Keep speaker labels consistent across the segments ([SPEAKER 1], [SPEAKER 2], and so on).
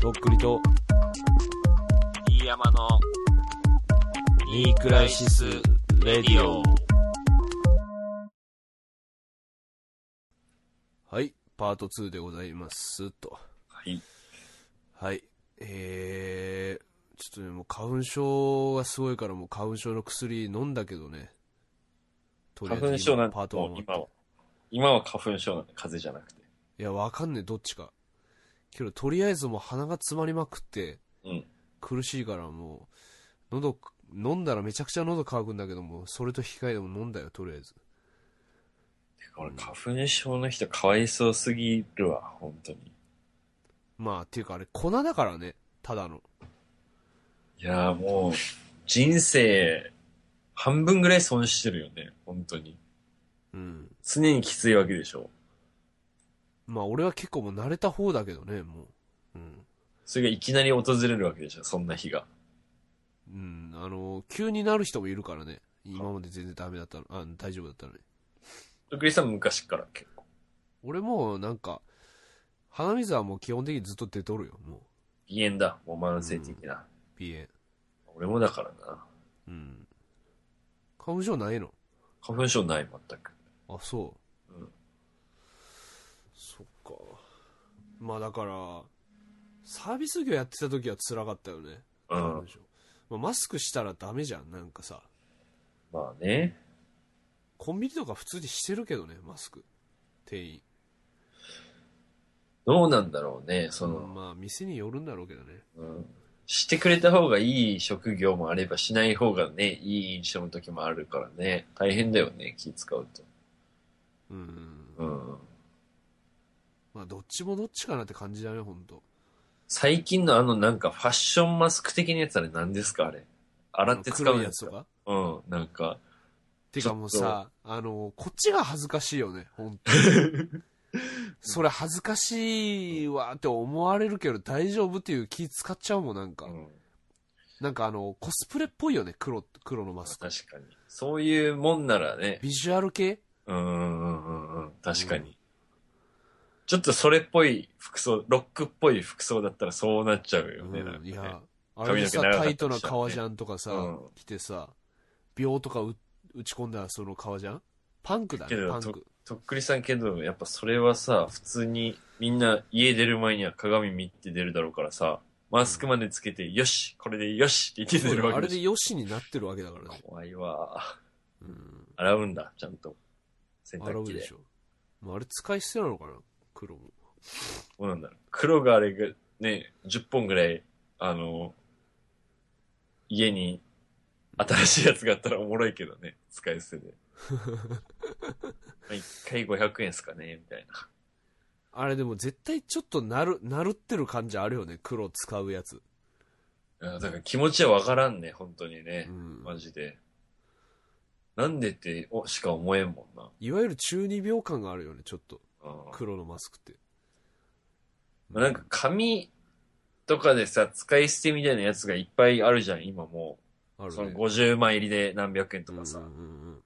[SPEAKER 1] とっくりと、
[SPEAKER 2] 飯山の、
[SPEAKER 1] ニークライシス・レディオ。はい、パート2でございます、と。
[SPEAKER 2] はい。
[SPEAKER 1] はい。えー、ちょっとね、もう花粉症がすごいから、もう花粉症の薬飲んだけどね。と
[SPEAKER 2] 花粉症なん
[SPEAKER 1] パート
[SPEAKER 2] て、
[SPEAKER 1] 1
[SPEAKER 2] もう
[SPEAKER 1] 終
[SPEAKER 2] 今
[SPEAKER 1] わっ
[SPEAKER 2] は、今は花粉症なんで、風邪じゃなく
[SPEAKER 1] た
[SPEAKER 2] て。
[SPEAKER 1] いや、わかんねえ、どっちか。けど、とりあえずもう鼻が詰まりまくって、
[SPEAKER 2] うん。
[SPEAKER 1] 苦しいからもう、喉、飲んだらめちゃくちゃ喉乾くんだけども、それと引き換えでも飲んだよ、とりあえず。
[SPEAKER 2] てか俺、花粉症の人かわいそうすぎるわ、本当に。
[SPEAKER 1] まあ、っていうかあれ、粉だからね、ただの。
[SPEAKER 2] いやーもう、人生、半分ぐらい損してるよね、本当に。
[SPEAKER 1] うん。
[SPEAKER 2] 常にきついわけでしょ。
[SPEAKER 1] まあ、俺は結構もう慣れた方だけどね、もう。うん。
[SPEAKER 2] それがいきなり訪れるわけでしょ、そんな日が。
[SPEAKER 1] うん、あの、急になる人もいるからね。今まで全然ダメだったの、あ大丈夫だったのに。
[SPEAKER 2] クリスさん昔から結構。
[SPEAKER 1] 俺もなんか、鼻水はもう基本的にずっと出とるよ、も
[SPEAKER 2] 鼻炎だ、もう慢性的な。
[SPEAKER 1] う。鼻
[SPEAKER 2] 俺もだからな。
[SPEAKER 1] 炎。うん。花粉症ないの
[SPEAKER 2] 花粉症ない、全く。
[SPEAKER 1] あ、そう。
[SPEAKER 2] うん
[SPEAKER 1] そっか。まあだから、サービス業やってた時は辛かったよね。
[SPEAKER 2] う
[SPEAKER 1] 花
[SPEAKER 2] ん
[SPEAKER 1] 粉。症まあ、マスクしたらダメじゃん、なんかさ。
[SPEAKER 2] まあね。
[SPEAKER 1] コンビニとか普通にしてるけどね、マスク。店員。
[SPEAKER 2] どうなんだろうね、その、
[SPEAKER 1] まあ、店によるんだろうけどね。
[SPEAKER 2] うんしてくれた方がいい職業もあれば、しない方がね、いい印象の時もあるからね、大変だよね、気使うと。
[SPEAKER 1] うん。
[SPEAKER 2] うん。
[SPEAKER 1] まあ、どっちもどっちかなって感じだね、ほんと。
[SPEAKER 2] 最近のあのなんかファッションマスク的なやつあれ何ですかあれ。洗って使
[SPEAKER 1] 黒
[SPEAKER 2] う
[SPEAKER 1] い
[SPEAKER 2] や
[SPEAKER 1] や
[SPEAKER 2] つ
[SPEAKER 1] つ
[SPEAKER 2] か
[SPEAKER 1] とか。
[SPEAKER 2] うん、なんか、
[SPEAKER 1] てかもうさ、あの、こっちが恥ずかしいよね、ほんと。 それ恥ずかしいわって思われるけど大丈夫っていう気使っちゃうもん、なんか。
[SPEAKER 2] うん、
[SPEAKER 1] なんかあの、コスプレっぽいよね、黒、黒のマス
[SPEAKER 2] 確
[SPEAKER 1] ク。
[SPEAKER 2] かに。そういうもんならね、
[SPEAKER 1] ビジュアル系
[SPEAKER 2] うんうんうんうんうん、確かに。
[SPEAKER 1] う
[SPEAKER 2] ちょっとそれっぽい服装、ロックっぽい服装だったらそうなっちゃうよね、なんか
[SPEAKER 1] うん、
[SPEAKER 2] ね
[SPEAKER 1] いや、あれでさ、
[SPEAKER 2] 髪の毛長かったりしたらね
[SPEAKER 1] タイトな革ジャンとかさ、
[SPEAKER 2] うん
[SPEAKER 1] 着てさ、秒とかう打ち込んだらその革ジャンパンクだ
[SPEAKER 2] け
[SPEAKER 1] ね、
[SPEAKER 2] ど
[SPEAKER 1] パンク。
[SPEAKER 2] とっくりさんけど、やっぱそれはさ、普通にみんな家出る前には鏡見て出るだろうからさ、マスクまでつけて、よしこれでよしって言って出る
[SPEAKER 1] あ
[SPEAKER 2] わけ
[SPEAKER 1] れ
[SPEAKER 2] で
[SPEAKER 1] で
[SPEAKER 2] し
[SPEAKER 1] よしになってるわけだからね。
[SPEAKER 2] ょ。怖いわ。
[SPEAKER 1] うん。
[SPEAKER 2] 洗うんだ、ちゃんと。洗
[SPEAKER 1] 洗
[SPEAKER 2] 濯
[SPEAKER 1] う
[SPEAKER 2] 機
[SPEAKER 1] で
[SPEAKER 2] で
[SPEAKER 1] し。ょ。もうあれ使い捨てなのかな黒も。
[SPEAKER 2] どうなんだろう。黒があれが、ね、10本ぐらい、あの、家に新しいやつがあったらおもろいけどね、使 い捨てで。まあ一回500円っすかね、みたいな。
[SPEAKER 1] あれでも絶対ちょっとなる、なるってる感じあるよね。黒使うやつ。
[SPEAKER 2] うんだから気持ちはわからんね、本当にね
[SPEAKER 1] う。ん。
[SPEAKER 2] マジで。なんでって、お、しか思えんもんな。
[SPEAKER 1] いわゆる中二病感があるよね、ちょっと。
[SPEAKER 2] うん
[SPEAKER 1] 黒のマスクって。
[SPEAKER 2] まあなんか紙とかでさ、使い捨てみたいなやつがいっぱいあるじゃん、今も
[SPEAKER 1] あ
[SPEAKER 2] う。
[SPEAKER 1] る
[SPEAKER 2] その
[SPEAKER 1] ね。
[SPEAKER 2] 50枚入りで何百円とかさ。
[SPEAKER 1] うんうんうんうん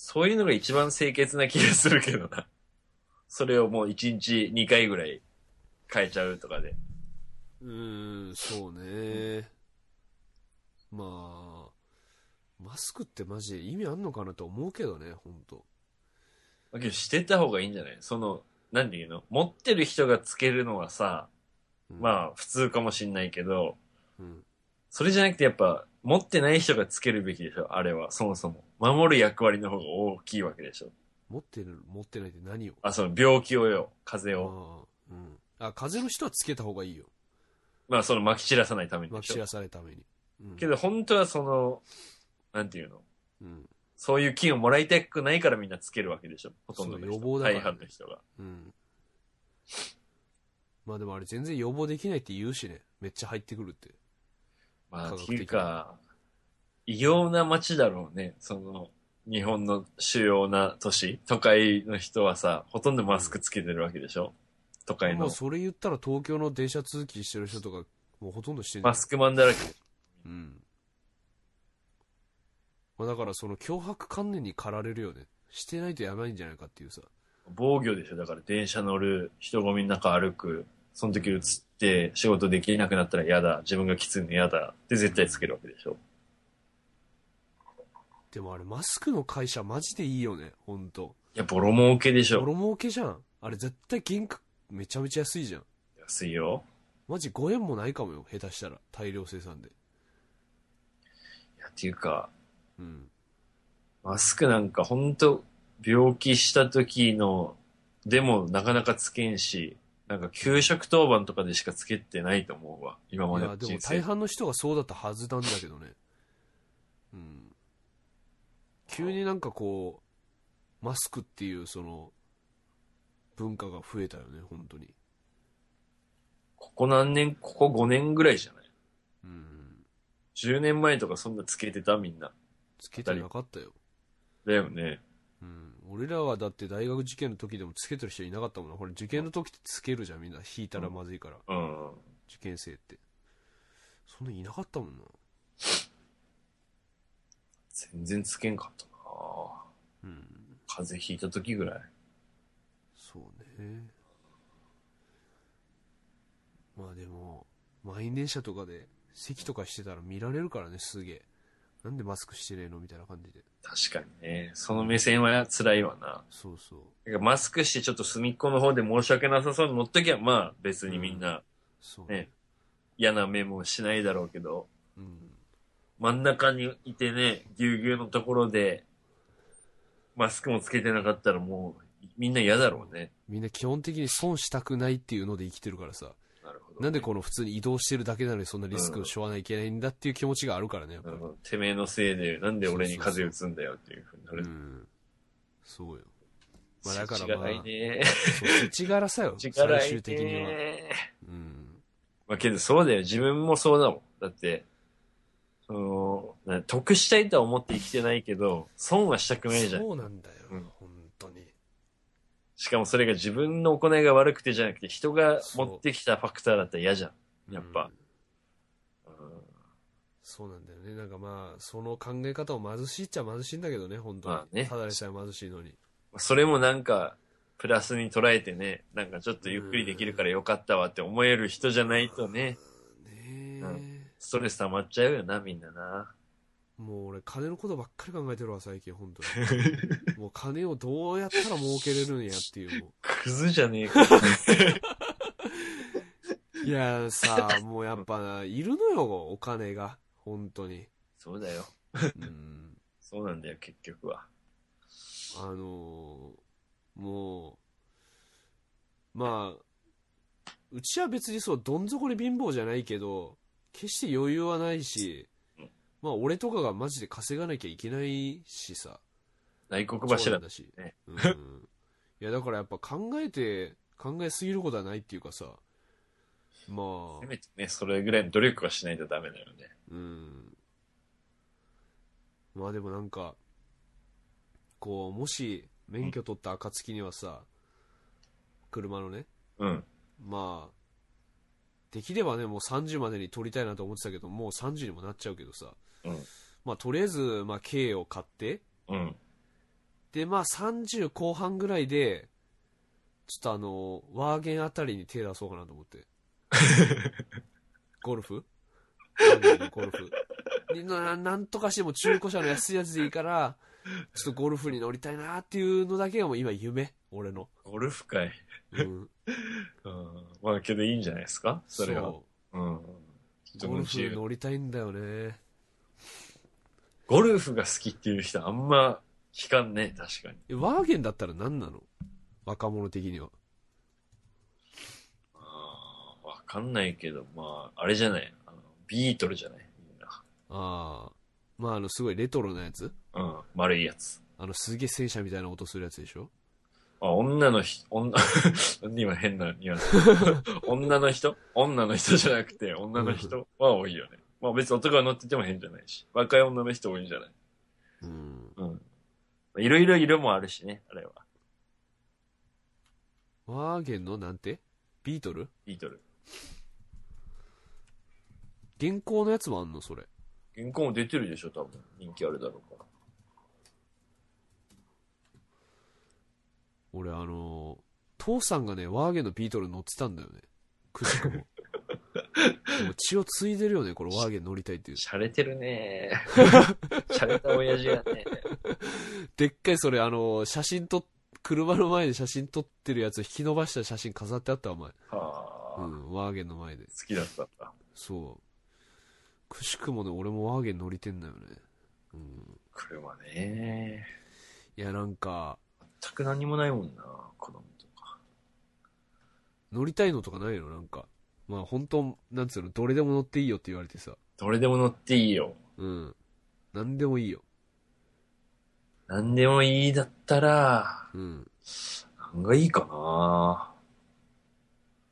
[SPEAKER 2] そういうのが一番清潔な気がするけどな。それをもう1日2回ぐらい変えちゃうとかで。
[SPEAKER 1] うーん、そうね。まあ、マスクってマジで意味あんのかなと思うけどね、ほんと。
[SPEAKER 2] だけどしてた方がいいんじゃないその、なんていうの持ってる人がつけるのはさ、
[SPEAKER 1] あ、
[SPEAKER 2] まあ普通かもしんないけど、
[SPEAKER 1] うん。
[SPEAKER 2] それじゃなくてやっぱ、持ってない人がつけるべきでしょ、あれは。そもそも。守る役割の方が大きいわけでしょ。
[SPEAKER 1] 持ってる、持ってないって何を
[SPEAKER 2] あ、その病気をよ、風邪を。
[SPEAKER 1] ああ、うん。あ、風邪の人はつけた方がいいよ。
[SPEAKER 2] まあその撒き散らさないために
[SPEAKER 1] ま
[SPEAKER 2] で
[SPEAKER 1] き
[SPEAKER 2] し
[SPEAKER 1] 散
[SPEAKER 2] ょ。
[SPEAKER 1] らされるために。うん
[SPEAKER 2] けど本当はその、なんていうの
[SPEAKER 1] うん。
[SPEAKER 2] そういう菌をもらいたくないからみんなつけるわけでしょ。ほとんどの
[SPEAKER 1] そ
[SPEAKER 2] 人。
[SPEAKER 1] う予防だからね
[SPEAKER 2] 大半の人が。
[SPEAKER 1] うん。まあでもあれ全然予防できないって言うしね。めっちゃ入ってくるって。
[SPEAKER 2] まあ、
[SPEAKER 1] 科
[SPEAKER 2] っ
[SPEAKER 1] 学的
[SPEAKER 2] て
[SPEAKER 1] に
[SPEAKER 2] いうか、異様な街だろうね。その、日本の主要な都市、都会の人はさ、ほとんどマスクつけてるわけでしょ。都会
[SPEAKER 1] も
[SPEAKER 2] の
[SPEAKER 1] う。それ言ったら東京の電車通勤してる人とか、もうほとんどしてんじゃん
[SPEAKER 2] マスクマンだらけ。
[SPEAKER 1] うん。まあだからその脅迫観念に駆られるよね。してないとやばいんじゃないかっていうさ。
[SPEAKER 2] 防御でしょ。だから電車乗る、人混みの中歩く、その時映って仕事できなくなったら嫌だ、自分がきついの嫌だって絶対つけるわけでしょ。
[SPEAKER 1] でもあれ、マスクの会社マジでいいよね、ほんと。
[SPEAKER 2] いや、ボロ儲けでし
[SPEAKER 1] ボ
[SPEAKER 2] ょ。
[SPEAKER 1] ロ儲けじゃん。あれ絶対原価めちゃめちゃ安いじゃん。
[SPEAKER 2] 安いよ。
[SPEAKER 1] マジ5円もないかもよ、下手したら。大量生産で。
[SPEAKER 2] いや、っていうか、
[SPEAKER 1] うん。
[SPEAKER 2] マスクなんかほんと病気した時の、でもなかなかつけんし、なんか給食当番とかでしかつけてないと思うわ。今ま
[SPEAKER 1] い
[SPEAKER 2] で
[SPEAKER 1] や、
[SPEAKER 2] の
[SPEAKER 1] で
[SPEAKER 2] 人
[SPEAKER 1] も大
[SPEAKER 2] 生。
[SPEAKER 1] 半の人がそうだったはずなんだけどね。うん。急になんかこう、マスクっていうその、文化が増えたよね、本当に。
[SPEAKER 2] ここ何年、ここ5年ぐらいじゃない
[SPEAKER 1] うん。
[SPEAKER 2] 10年前とかそんなつけてたみんな。
[SPEAKER 1] つけてなかったよ。
[SPEAKER 2] だよね。
[SPEAKER 1] うん。俺らはだって大学受験の時でもつけてる人いなかったもんな。これ受験の時ってつけるじゃん、みんな。引いたらまずいから。
[SPEAKER 2] うん。
[SPEAKER 1] 受験生って。そんないなかったもんな。
[SPEAKER 2] 全然つけんかったな
[SPEAKER 1] うん。
[SPEAKER 2] 風邪ひいた時ぐらい。
[SPEAKER 1] そうね。まあでも、満員電車とかで席とかしてたら見られるからね、すげえ。なんでマスクしてねえのみたいな感じで。
[SPEAKER 2] 確かにね。その目線は辛いわな。
[SPEAKER 1] そうそう。
[SPEAKER 2] なんかマスクしてちょっと隅っこの方で申し訳なさそうに乗っときゃ、まあ別にみんな
[SPEAKER 1] そう。
[SPEAKER 2] ね、嫌な目もしないだろうけど、
[SPEAKER 1] うん。
[SPEAKER 2] 真ん中にいてね、ぎゅうぎゅうのところで、マスクもつけてなかったらもう、みんな嫌だろうね。
[SPEAKER 1] みんな基本的に損したくないっていうので生きてるからさ。
[SPEAKER 2] なるほど。
[SPEAKER 1] なんでこの普通に移動してるだけなのにそんなリスクを背負わなきゃいけないんだっていう気持ちがあるからね、やっぱ
[SPEAKER 2] な
[SPEAKER 1] り
[SPEAKER 2] る。ほどてめえのせいで、なんで俺に風邪打つんだよっていうふうにな
[SPEAKER 1] う
[SPEAKER 2] る。
[SPEAKER 1] ん。そうよ。まあだ
[SPEAKER 2] 世
[SPEAKER 1] から
[SPEAKER 2] 知
[SPEAKER 1] まあ
[SPEAKER 2] がないね。
[SPEAKER 1] そう、世知辛さよ。最
[SPEAKER 2] 世知がない
[SPEAKER 1] 終的には。
[SPEAKER 2] ね。
[SPEAKER 1] うん。
[SPEAKER 2] まあけどそうだよ。自分もそうだもん。だって、その、な得したいとは思って生きてないけど、損はしたくないじゃん。
[SPEAKER 1] そうなんだよ、
[SPEAKER 2] うん
[SPEAKER 1] 本当に。
[SPEAKER 2] しかもそれが自分の行いが悪くてじゃなくて、人が持ってきたファクターだったら嫌じゃん。やっぱ
[SPEAKER 1] うん
[SPEAKER 2] うん
[SPEAKER 1] そうなんだよね。なんかまあ、その考え方を貧しいっちゃ貧しいんだけどね、本当に。
[SPEAKER 2] まあね
[SPEAKER 1] ただでさえ貧しいのに。
[SPEAKER 2] それもなんか、プラスに捉えてね、なんかちょっとゆっくりできるからよかったわって思える人じゃないとね、
[SPEAKER 1] ねえ、
[SPEAKER 2] ストレス溜まっちゃうよな、みんなな。
[SPEAKER 1] もう俺、金のことばっかり考えてるわ、最近、本当に。も う金をどうやったら儲けれるんやっていう。も
[SPEAKER 2] クズじゃねえか。
[SPEAKER 1] ういや、さあ、もうやっぱな、いるのよ、お金が。本当に。
[SPEAKER 2] そうだよ。
[SPEAKER 1] うん。
[SPEAKER 2] そうなんだよ、結局は。
[SPEAKER 1] あのーもう、まあ、うちは別にそう、どん底に貧乏じゃないけど、決して余裕はないし
[SPEAKER 2] うん、
[SPEAKER 1] まあ俺とかがマジで稼がなきゃいけないしさ、
[SPEAKER 2] 大黒柱
[SPEAKER 1] 長男だし、
[SPEAKER 2] ね
[SPEAKER 1] うん。いやだからやっぱ考えて、考えすぎることはないっていうか さ、ま
[SPEAKER 2] せ
[SPEAKER 1] あ、
[SPEAKER 2] めてね、それぐらいの努力はしないとダメだよね。
[SPEAKER 1] うん。まあでもなんか、こう、もし免許取った暁にはさ、車のね、
[SPEAKER 2] うん。
[SPEAKER 1] まあ、できればね、もう30までに取りたいなと思ってたけど、もう30にもなっちゃうけどさ、
[SPEAKER 2] うん
[SPEAKER 1] まあとりあえず、まあ軽を買って、
[SPEAKER 2] うん。
[SPEAKER 1] で、まあ30後半ぐらいで、ちょっとあの、ワーゲンあたりに手出そうかなと思 って。ゴルフワーゲンのゴルフ。にななんとかしても中古車の安いやつでいいから、ちょっとゴルフに乗りたいなっていうのだけがもう今夢、俺の。
[SPEAKER 2] ゴルフ会。
[SPEAKER 1] うん。
[SPEAKER 2] うん。まあけどいいんじゃないですかそれは。
[SPEAKER 1] う
[SPEAKER 2] うん。人
[SPEAKER 1] ゴ
[SPEAKER 2] の
[SPEAKER 1] ル
[SPEAKER 2] 自
[SPEAKER 1] フ
[SPEAKER 2] 由
[SPEAKER 1] 乗りたいんだよね。
[SPEAKER 2] ゴルフが好きっていう人あんま聞かんね、確かに。
[SPEAKER 1] えワーゲンだったら何なの若者的には。
[SPEAKER 2] あーわかんないけど、まあ、あれじゃない。あのビートルじゃない。みんな。
[SPEAKER 1] ああ。まああの、すごいレトロなやつ
[SPEAKER 2] うん。丸いやつ。
[SPEAKER 1] あの、すげえ戦車みたいな音するやつでしょ
[SPEAKER 2] あ、女の人、女、 なんで今変なニュアンス。女の人女の人じゃなくて、女の人は多いよね。まあ別に男が乗ってても変じゃないし。若い女の人多いんじゃない
[SPEAKER 1] うん。
[SPEAKER 2] うん。いろいろ色もあるしね、あれは。
[SPEAKER 1] ワーゲンのなんてビートル
[SPEAKER 2] ビートル。
[SPEAKER 1] 現行のやつもあんのそれ。
[SPEAKER 2] 原稿も出てるでしょ、多分。人気あるだろうから。
[SPEAKER 1] 俺あのー父さんがね、ワーゲンのビートル乗ってたんだよね。くしくも。もう血を継いでるよね、これワーゲン乗りたいっていう。
[SPEAKER 2] 洒落てる ね洒落た親父がね。
[SPEAKER 1] でっかいそれ、あの、写真撮っ、車の前で写真撮ってるやつを引き伸ばした写真飾ってあったわ、お前。
[SPEAKER 2] は
[SPEAKER 1] う
[SPEAKER 2] あ、好
[SPEAKER 1] ん、ワーゲンの前で。
[SPEAKER 2] きだったんだ。
[SPEAKER 1] そう。くしくもね、俺もワーゲン乗りてんだよね。うん。
[SPEAKER 2] 車ね。
[SPEAKER 1] いや、なんか、
[SPEAKER 2] 全く何もないもんな、子供とか。
[SPEAKER 1] 乗りたいのとかないのなんか。まあ、本当なんつうの、どれでも乗っていいよって言われてさ。
[SPEAKER 2] どれでも乗っていいよ。
[SPEAKER 1] うん。なんでもいいよ。
[SPEAKER 2] 何でもいいだったら、
[SPEAKER 1] うん。
[SPEAKER 2] 何がいいかな。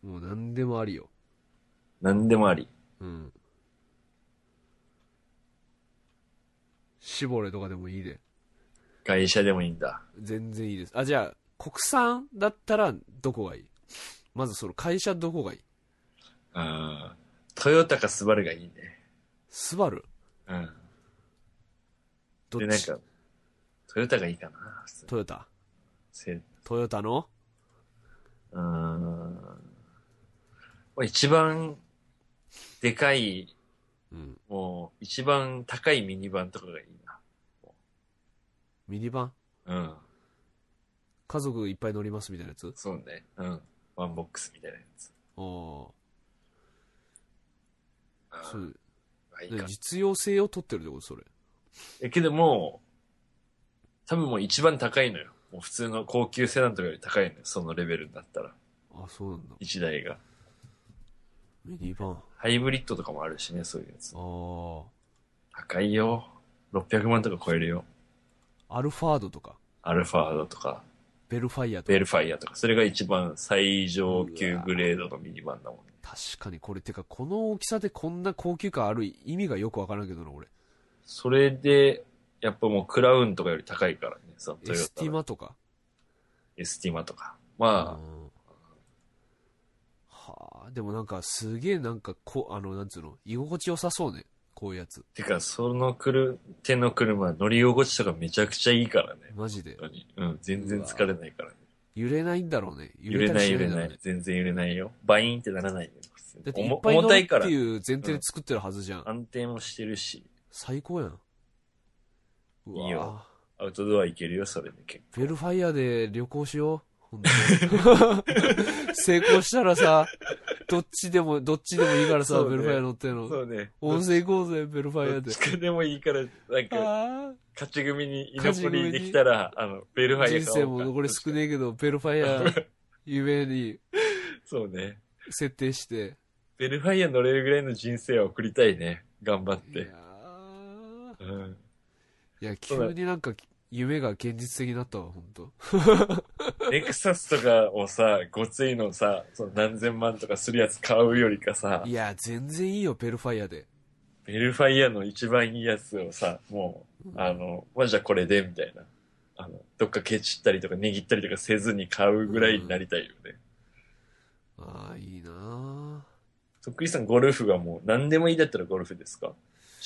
[SPEAKER 1] もうなんでもありよ。
[SPEAKER 2] 何でもあり。
[SPEAKER 1] うん。絞れとかでもいいで。
[SPEAKER 2] 外車でもいいんだ。
[SPEAKER 1] 全然いいです。あ、じゃあ、国産だったらどこがいいまずその会社どこがいい
[SPEAKER 2] うん。トヨタかスバルがいいね。
[SPEAKER 1] スバル
[SPEAKER 2] うん。
[SPEAKER 1] ど
[SPEAKER 2] で、
[SPEAKER 1] っ
[SPEAKER 2] なん
[SPEAKER 1] ち
[SPEAKER 2] か、トヨタがいいかな、普通に
[SPEAKER 1] トヨタ。
[SPEAKER 2] せ
[SPEAKER 1] トヨタの
[SPEAKER 2] うーん。まあ一番、でかい、
[SPEAKER 1] うん。
[SPEAKER 2] もう、一番高いミニバンとかがいい
[SPEAKER 1] ミニバン
[SPEAKER 2] な。うん。
[SPEAKER 1] 家族いっぱい乗りますみたいなやつ
[SPEAKER 2] そうね。うん。ワンボックスみたいなやつ。
[SPEAKER 1] ああ。そ
[SPEAKER 2] うん。
[SPEAKER 1] う。
[SPEAKER 2] まあいい
[SPEAKER 1] ね
[SPEAKER 2] か。
[SPEAKER 1] 実用性を取ってるってことそれ。
[SPEAKER 2] え、けどもう、多分もう一番高いのよ。もう普通の高級セダンとかより高いのよ。そのレベルになったら。
[SPEAKER 1] あ、そうなんだ。
[SPEAKER 2] 一台が。
[SPEAKER 1] ミニバン。あ
[SPEAKER 2] ハイブリッドとかもあるしね、そういうやつ。
[SPEAKER 1] あ。
[SPEAKER 2] 高いよ。600万とか超えるよ。
[SPEAKER 1] アルファードとか、
[SPEAKER 2] アルファードとか、
[SPEAKER 1] ベルファイアとか
[SPEAKER 2] ベ。ルファイアとか、それが一番最上級グレードのミニバンだもん。
[SPEAKER 1] 確かにこれ、てかこの大きさでこんな高級感ある意味がよくわからんけどな、俺。
[SPEAKER 2] それで、やっぱもうクラウンとかより高いからね、そのト
[SPEAKER 1] エ
[SPEAKER 2] ヨ
[SPEAKER 1] ス
[SPEAKER 2] タ
[SPEAKER 1] ティ
[SPEAKER 2] の。
[SPEAKER 1] マとか。
[SPEAKER 2] エスティマとか。
[SPEAKER 1] う
[SPEAKER 2] まあ、
[SPEAKER 1] んはあ、でもなんかすげえなんかこ、あの、なんつうの、居心地良さそうね。こういうやつ。
[SPEAKER 2] てか、そのくる、手の車、乗り心地とかめちゃくちゃいいからね。
[SPEAKER 1] マジで。
[SPEAKER 2] 本当に。うん、全然疲れないからね。
[SPEAKER 1] 揺れないんだろうね。
[SPEAKER 2] 揺れ
[SPEAKER 1] た
[SPEAKER 2] ない
[SPEAKER 1] りし
[SPEAKER 2] 揺れ
[SPEAKER 1] んだ
[SPEAKER 2] な
[SPEAKER 1] ろう
[SPEAKER 2] い
[SPEAKER 1] ね。。
[SPEAKER 2] 全然揺れないよ。バインってならないよ。
[SPEAKER 1] だってい
[SPEAKER 2] 重
[SPEAKER 1] っぱい乗
[SPEAKER 2] 重
[SPEAKER 1] る
[SPEAKER 2] た
[SPEAKER 1] っ
[SPEAKER 2] い
[SPEAKER 1] て
[SPEAKER 2] から。
[SPEAKER 1] いう前提で作ってるはずじゃん。
[SPEAKER 2] 安定もしてるし、
[SPEAKER 1] 最高やん。うわ
[SPEAKER 2] いいよアウトドア行けるよ、それで結構。
[SPEAKER 1] ベルファイアで旅行しよう。ほんと に成功したらさ、どっちでも、どっちでもいいからさ、
[SPEAKER 2] そうね
[SPEAKER 1] ベルファイア乗ってんの。
[SPEAKER 2] うね。
[SPEAKER 1] 温泉行こうぜ、ベルファイ
[SPEAKER 2] ど
[SPEAKER 1] ア
[SPEAKER 2] っ
[SPEAKER 1] で
[SPEAKER 2] ち。かでもいいから、なんか、
[SPEAKER 1] あ
[SPEAKER 2] 勝ち組に居
[SPEAKER 1] 勝ち
[SPEAKER 2] 残
[SPEAKER 1] 組
[SPEAKER 2] り
[SPEAKER 1] に
[SPEAKER 2] できたら、あの、ベルフ
[SPEAKER 1] あ
[SPEAKER 2] ァイア
[SPEAKER 1] 人生も残り少ねえけど、ベルファイア、 夢に
[SPEAKER 2] そうね。
[SPEAKER 1] 設定して。
[SPEAKER 2] ベルファイア乗れるぐらいの人生を送りたいね。頑張っ
[SPEAKER 1] いや
[SPEAKER 2] て。
[SPEAKER 1] ー
[SPEAKER 2] うん。
[SPEAKER 1] いや、
[SPEAKER 2] そうだ
[SPEAKER 1] 急になんか、夢が現実的になったわ、ほんと。
[SPEAKER 2] レクサスとかをさ、ごついのさ、その何千万とかするやつ買うよりかさ
[SPEAKER 1] い、や、全然いいよ、ベルファイアで。
[SPEAKER 2] ベルファイアの一番いいやつをさ、もう、あの、まあ、じゃあこれで、みたいな。あの、どっかケチったりとか握ったりとかせずに買うぐらいになりたいよね。
[SPEAKER 1] ああ、いいな
[SPEAKER 2] とっくりさん、ゴルフがもう何でもいいだったらゴルフですか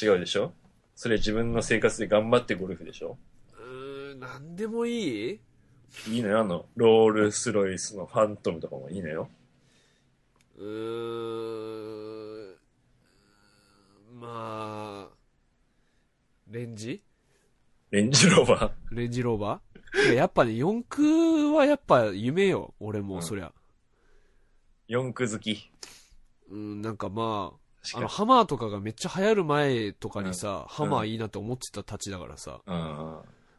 [SPEAKER 2] 違うでしょそれ自分の生活で頑張ってゴルフでしょ
[SPEAKER 1] ーうーん、なんでもいい
[SPEAKER 2] いいのよ、あの、ロールスロイスのファントムとかもいいのよ。
[SPEAKER 1] うーんまあ、レンジ
[SPEAKER 2] レンジローバ
[SPEAKER 1] レンジローバーいややっぱね、四駆はやっぱ夢よ、俺も、
[SPEAKER 2] うん
[SPEAKER 1] そりゃ。
[SPEAKER 2] ー、4区好き。
[SPEAKER 1] うん、なんかまあ、あの、
[SPEAKER 2] 確か
[SPEAKER 1] ハマーとかがめっちゃ流行る前とかにさ、ハマーいいなって思ってたたちだからさ、
[SPEAKER 2] に。うん。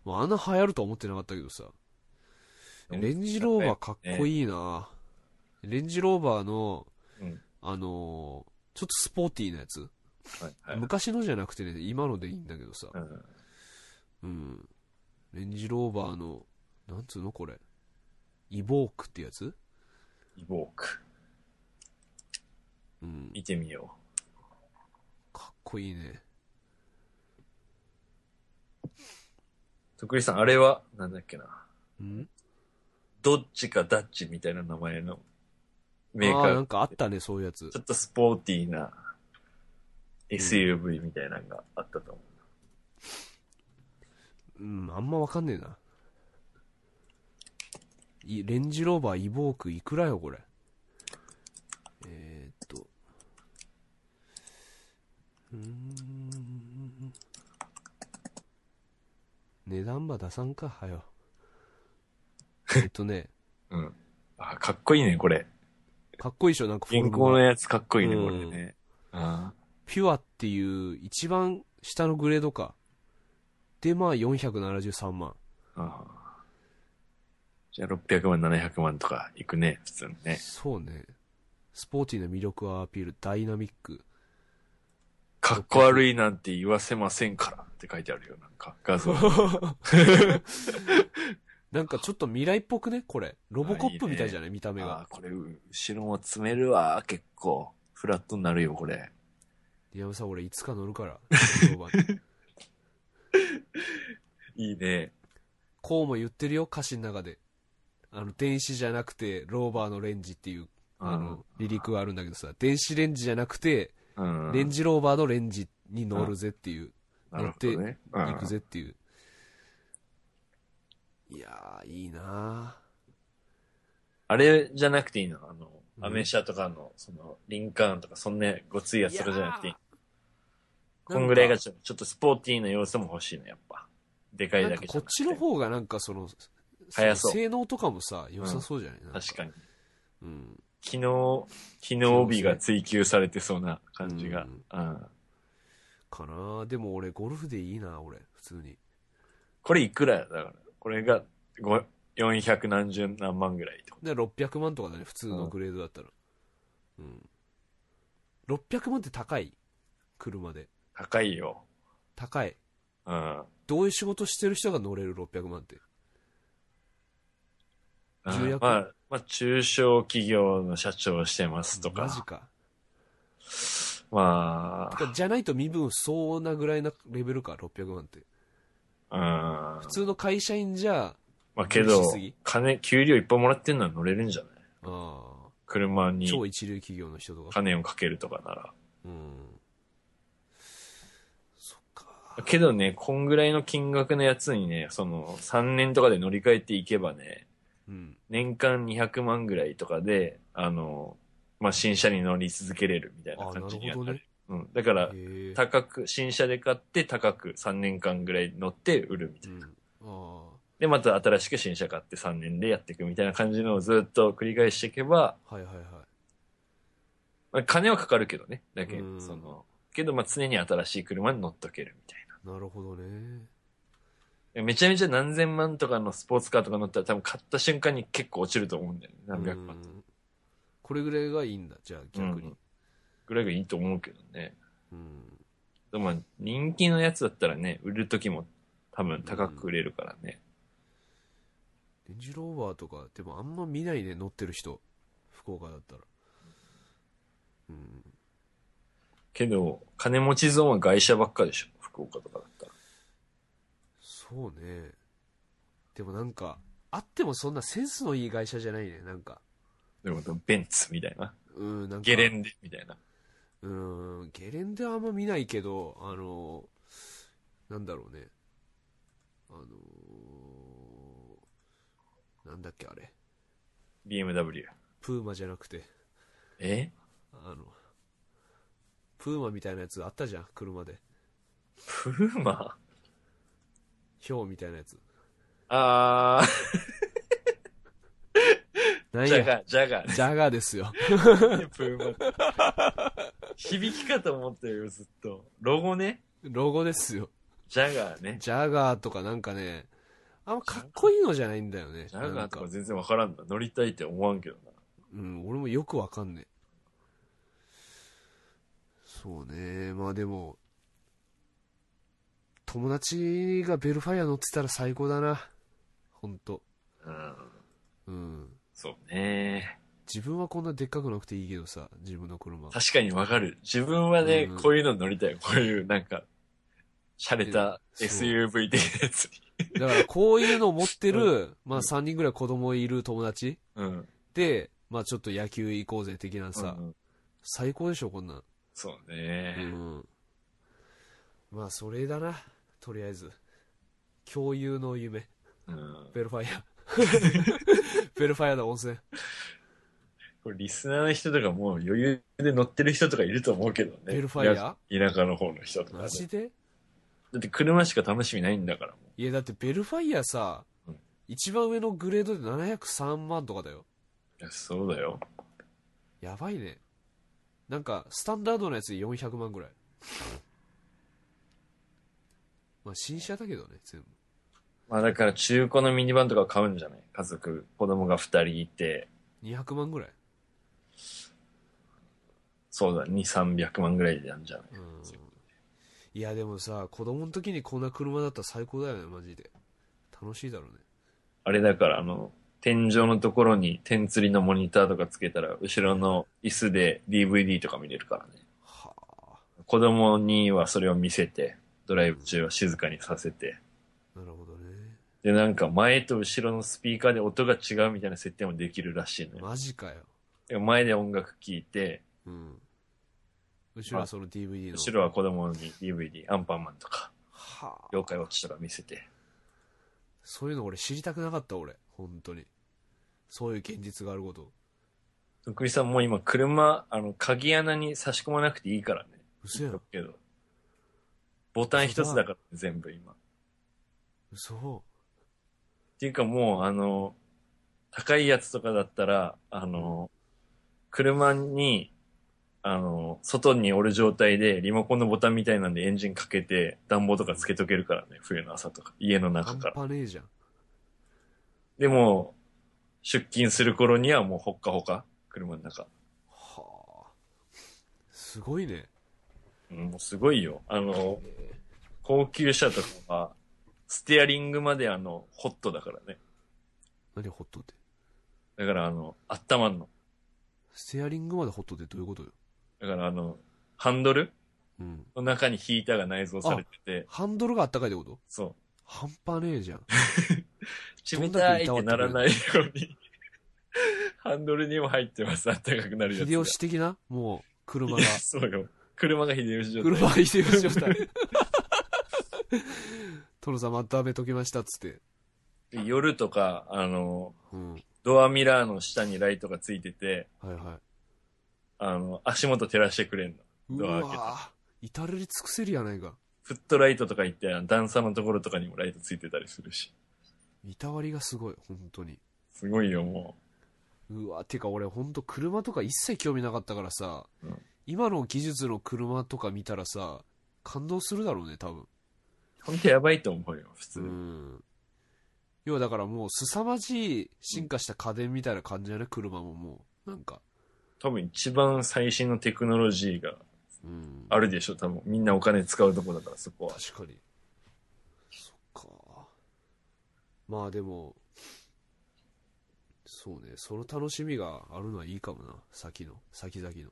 [SPEAKER 1] まあ、あんな流行るとは思ってなかったけどさ、レンジローバーかっこいいな、レンジローバーの、
[SPEAKER 2] うん
[SPEAKER 1] あのーちょっとスポーティーなやつ、
[SPEAKER 2] はいはい
[SPEAKER 1] 昔のじゃなくてね、今のでいいんだけどさ、
[SPEAKER 2] うん
[SPEAKER 1] うん。レンジローバーの、なんつうのこれ。イボークってやつ
[SPEAKER 2] イボーク。
[SPEAKER 1] うん。
[SPEAKER 2] 見てみよ
[SPEAKER 1] かっこいいね。
[SPEAKER 2] う。とっくりさん、あれは、なんだっけな。
[SPEAKER 1] うん
[SPEAKER 2] どっちかダッチみたいな名前のメー
[SPEAKER 1] あ
[SPEAKER 2] カ
[SPEAKER 1] あ
[SPEAKER 2] ー。
[SPEAKER 1] ー、なんかあったね、そういうやつ
[SPEAKER 2] ちょ。っとスポーティーな SUV みたいなのがあったと思う。
[SPEAKER 1] うん、あんまわかんねえな。いレンジローバーイボークいくらよ、これ。えー、っと。うーん値段ば出さんかは よえっとね
[SPEAKER 2] うん。あ、かっこいいね、これ。
[SPEAKER 1] かっこいいでしょなんかフォル
[SPEAKER 2] 銀
[SPEAKER 1] ムが
[SPEAKER 2] 行のやつかっこいいね、
[SPEAKER 1] うん
[SPEAKER 2] これね。あ
[SPEAKER 1] ピュアっていう一番下のグレードかでまあ473万
[SPEAKER 2] ーあー。じゃあ600万、700万とかいくね、普通にね。
[SPEAKER 1] そうねスポーティーな魅力をアピールダイナミック
[SPEAKER 2] かっこ悪いなんて言わせませんからって書いてあるよ、なんか。画 像。
[SPEAKER 1] なんかちょっと未来っぽくねこれロボコップみたいじゃない見た目
[SPEAKER 2] あ
[SPEAKER 1] が
[SPEAKER 2] あ、これ、後ろも詰めるわ、結構。フラットになるよ、これ。
[SPEAKER 1] リアムさん俺いつか乗るから乗るわ
[SPEAKER 2] いいね。
[SPEAKER 1] こうも言ってるよ歌詞の中であの電子じゃなくてローバーのレンジっていうあの離陸はあるんだけどさ電子レンジじゃなくて
[SPEAKER 2] うん、
[SPEAKER 1] レンジローバーのレンジに乗るぜっていう
[SPEAKER 2] なるほどね。うん
[SPEAKER 1] 行くぜっていういやーいいな
[SPEAKER 2] あれじゃなくていいのあの
[SPEAKER 1] う、ん
[SPEAKER 2] アメ車とかの、その、リンカーンとか、そんなごつい
[SPEAKER 1] ー
[SPEAKER 2] やつとかじゃなくていい
[SPEAKER 1] や。ー
[SPEAKER 2] こんぐらい
[SPEAKER 1] なん
[SPEAKER 2] が
[SPEAKER 1] か
[SPEAKER 2] ちょちょっとスポーティーな要素も欲しいの、やっぱ。でかい
[SPEAKER 1] な
[SPEAKER 2] だ
[SPEAKER 1] んか
[SPEAKER 2] けじ
[SPEAKER 1] こ
[SPEAKER 2] ゃ
[SPEAKER 1] っ
[SPEAKER 2] なくて。
[SPEAKER 1] ちの方がなんかその
[SPEAKER 2] 速そう
[SPEAKER 1] 性能とかもさ良さそうじゃない、なん
[SPEAKER 2] 確かに。
[SPEAKER 1] うん
[SPEAKER 2] 機能、機能美が追求されてそうな感じが。うん。
[SPEAKER 1] かなーでも俺ゴルフでいいな俺普通に
[SPEAKER 2] これいくらやだから。これが、ご400何十何万ぐらいってこ
[SPEAKER 1] で600万とかだね普通のグレードだったらうん、600万って高い車で
[SPEAKER 2] と。高いよ。
[SPEAKER 1] 高い
[SPEAKER 2] うん。
[SPEAKER 1] どういう仕事してる人が乗れる600万って
[SPEAKER 2] うん
[SPEAKER 1] 重役
[SPEAKER 2] まあ、まあ、中小企業の社長をしてますと
[SPEAKER 1] マジ
[SPEAKER 2] か。
[SPEAKER 1] か
[SPEAKER 2] ま
[SPEAKER 1] てかじゃないと身分相応なぐらいなレベルか600万って
[SPEAKER 2] あ、うん。
[SPEAKER 1] 普通の会社員じゃ
[SPEAKER 2] まあけ
[SPEAKER 1] 無視し
[SPEAKER 2] ど
[SPEAKER 1] すぎ、
[SPEAKER 2] 金、給料いっぱいもらってんなら乗れるんじゃない
[SPEAKER 1] ああ超
[SPEAKER 2] 車に
[SPEAKER 1] 一流企業の人とか
[SPEAKER 2] 金をかけるとかなら。
[SPEAKER 1] うんそっか
[SPEAKER 2] けどね、こんぐらいの金額のやつにね、その3年とかで乗り換えていけばね、
[SPEAKER 1] うん
[SPEAKER 2] 年間200万ぐらいとかで、あの、まあ、新車に乗り続けれるみたいな
[SPEAKER 1] ああ
[SPEAKER 2] 感
[SPEAKER 1] な
[SPEAKER 2] じに
[SPEAKER 1] る
[SPEAKER 2] は
[SPEAKER 1] ほ
[SPEAKER 2] な
[SPEAKER 1] ど
[SPEAKER 2] る。
[SPEAKER 1] ね
[SPEAKER 2] うん。だから、
[SPEAKER 1] へえ
[SPEAKER 2] 高く、新車で買って高く3年間ぐらい乗って売るみた
[SPEAKER 1] う
[SPEAKER 2] いな。
[SPEAKER 1] んあ
[SPEAKER 2] で、また新しく新車買って3年でやっていくみたいな感じのをずっと繰り返していけば、
[SPEAKER 1] あはいはいはい
[SPEAKER 2] まあ、金はかかるけどね。だけ
[SPEAKER 1] う
[SPEAKER 2] ど、
[SPEAKER 1] ん
[SPEAKER 2] その、けど、まあ、常に新しい車に乗っとけるみたい
[SPEAKER 1] なるほどね
[SPEAKER 2] な。めちゃめちゃ何千万とかのスポーツカーとか乗ったら多分買った瞬間に結構落ちると思うんだよね。何百万
[SPEAKER 1] うんこれぐらいがいいんだじゃあ逆に
[SPEAKER 2] ぐらいがいいと思うけどね。
[SPEAKER 1] うん
[SPEAKER 2] でもまあ、人気のやつだったらね、売る時も多分高く売れるからね。
[SPEAKER 1] レンジローバーとかでもあんま見ないね乗ってる人福岡だったらうん
[SPEAKER 2] けど、金持ちゾーンは外車ばっかでしょ。福岡とかだったら。
[SPEAKER 1] そうねでもなんかあってもそんなセンスのいい会社じゃないねなんか
[SPEAKER 2] でも、ベンツみたいな。
[SPEAKER 1] うんなんか
[SPEAKER 2] ゲレンデみたいな。
[SPEAKER 1] うんゲレンデはあんま見ないけどあのなんだろうねあのなんだっけあれ
[SPEAKER 2] BMW。
[SPEAKER 1] プーマじゃなくて
[SPEAKER 2] え
[SPEAKER 1] あの、プーマみたいなやつあったじゃん、車で。
[SPEAKER 2] プーマ
[SPEAKER 1] ヒョウみたいなやつ。
[SPEAKER 2] あー。
[SPEAKER 1] なん
[SPEAKER 2] ジャ
[SPEAKER 1] や、
[SPEAKER 2] ガー、ジャガーね。
[SPEAKER 1] ジャガーですよ。
[SPEAKER 2] プーマ。響きかと思ったよ、ずっと。ロゴね。
[SPEAKER 1] ロゴですよ。
[SPEAKER 2] ジャガーね。
[SPEAKER 1] ジャガーとかなんかね、あんまかっこいいのじゃないんだよね。
[SPEAKER 2] ジャ
[SPEAKER 1] な
[SPEAKER 2] ガー
[SPEAKER 1] ん
[SPEAKER 2] と
[SPEAKER 1] か
[SPEAKER 2] か、全然わからんな。乗りたいって思わんけどな。
[SPEAKER 1] うん、俺もよくわかんねえ。そうね、まあでも、友達がベルファイア乗ってたら最高だな。ほんと。
[SPEAKER 2] うん。
[SPEAKER 1] うん。
[SPEAKER 2] そうね。
[SPEAKER 1] 自分はこんなでっかくなくていいけどさ、自分の車。
[SPEAKER 2] 確かにわかる。自分はね、
[SPEAKER 1] うん
[SPEAKER 2] こういうの乗りたい。こういう、なんか、洒落た
[SPEAKER 1] えそう
[SPEAKER 2] SUV 的なやつに。
[SPEAKER 1] だからこういうのを持ってる、まあ3人ぐらい子供いる友達
[SPEAKER 2] うん。
[SPEAKER 1] で、まあちょっと野球行こうぜ的なさ、
[SPEAKER 2] うん
[SPEAKER 1] 最高でしょ、こんなん。
[SPEAKER 2] そう
[SPEAKER 1] う
[SPEAKER 2] ね。
[SPEAKER 1] ん。まあそれだな、とりあえず。共有の夢。
[SPEAKER 2] うん。
[SPEAKER 1] ベルファイア。ベルファイアの温泉。
[SPEAKER 2] これリスナーの人とかもう余裕で乗ってる人とかいると思うけどね。
[SPEAKER 1] ベルファイア
[SPEAKER 2] 田田舎の方の人とか、ね
[SPEAKER 1] マ。ジで
[SPEAKER 2] だって車しか楽しみないんだからも
[SPEAKER 1] いやだってベルファイアさ、
[SPEAKER 2] うん
[SPEAKER 1] 一番上のグレードで703万とかだよ
[SPEAKER 2] う。いや、そうだよ。
[SPEAKER 1] やばいねなんかスタンダードのやつで400万ぐらいまあ新車だけどね全部
[SPEAKER 2] まあだから中古のミニバンとか買うんじゃない家族、子供が二人いて、
[SPEAKER 1] 200万ぐらい
[SPEAKER 2] そうだ、二三百万ぐらいでやんじゃない
[SPEAKER 1] うんいやでもさ子供の時にこんな車だったら最高だよねマジで楽しいだろうね
[SPEAKER 2] あれだから、あの、天井のところに天吊りのモニターとかつけたら、後ろの椅子で DVD とか見れるからね。
[SPEAKER 1] はあ
[SPEAKER 2] 子供にはそれを見せて、ドライブ中は静かにさせて。
[SPEAKER 1] なるほどね
[SPEAKER 2] で、なんか前と後ろのスピーカーで音が違うみたいな設定もできるらしいのよ。
[SPEAKER 1] マジかよ
[SPEAKER 2] で前で音楽聴いて、
[SPEAKER 1] うん後ろはその DVD の
[SPEAKER 2] 後ろは子供に DVD、アンパンマンとか、
[SPEAKER 1] はあ
[SPEAKER 2] 妖怪ウォッチとか見せて。
[SPEAKER 1] そういうの俺知りたくなかった俺本当にそういう現実があること
[SPEAKER 2] 徳井さんもう今車、あの、鍵穴に差し込まなくていいからね。
[SPEAKER 1] 嘘や
[SPEAKER 2] だ
[SPEAKER 1] ん
[SPEAKER 2] けど。ボタン一つだから、全部今。っ
[SPEAKER 1] 嘘
[SPEAKER 2] ていうかもう、あの、高いやつとかだったら、あの、車に、あの、外におる状態で、リモコンのボタンみたいなんでエンジンかけて、暖房とかつけとけるからね、冬の朝とか、家の中
[SPEAKER 1] 半
[SPEAKER 2] から。
[SPEAKER 1] 端ねえじゃん
[SPEAKER 2] でも、出勤する頃にはもうほっかほか、車の中。
[SPEAKER 1] はあすごいね
[SPEAKER 2] うん、もうすごいよ。あの、高級車とかは、ステアリングまであの、ホットだからね。
[SPEAKER 1] 何ホットって
[SPEAKER 2] だからあの、温まんの。
[SPEAKER 1] ステアリングまでホットってどういうことよ
[SPEAKER 2] だからあの、ハンドル
[SPEAKER 1] うん
[SPEAKER 2] の中にヒーターが内蔵されてて、
[SPEAKER 1] ハンドルがあったかいってこと
[SPEAKER 2] そ
[SPEAKER 1] 半端ねえじゃん
[SPEAKER 2] う。冷たいってならないように、ハンドルにも入ってます。暖かくなるやつが。
[SPEAKER 1] 秀吉的なもう車が
[SPEAKER 2] いや そうよ。車が秀吉状態。
[SPEAKER 1] 車が秀吉状態 殿様温めときましたっつって
[SPEAKER 2] で 夜とか、あの、
[SPEAKER 1] うん
[SPEAKER 2] ドアミラーの下にライトがついてて、
[SPEAKER 1] はいはい
[SPEAKER 2] あの、足元照らしてくれんの。
[SPEAKER 1] う
[SPEAKER 2] ドア開けて
[SPEAKER 1] わぁ至れり尽くせるやないか
[SPEAKER 2] フットライトとか言って、段差のところとかにもライトついてたりするし。
[SPEAKER 1] いたわりがすごい本当に
[SPEAKER 2] すごいよ、も
[SPEAKER 1] うわてか俺ほんと車とか一切興味なかったからさ、
[SPEAKER 2] うん
[SPEAKER 1] 今の技術の車とか見たらさ感動するだろうね多分
[SPEAKER 2] う。ほんとやばいと思うよ、普通。
[SPEAKER 1] うん要はだからもう凄まじい進化した家電みたいな感じだね車ももうなんか
[SPEAKER 2] 多分一番最新のテクノロジーが
[SPEAKER 1] うん
[SPEAKER 2] あるでしょ、多分。みんなお金使うとこだから、そこは。
[SPEAKER 1] 確かにそっかまあでもそうねその楽しみがあるのはいいかもな先の先々の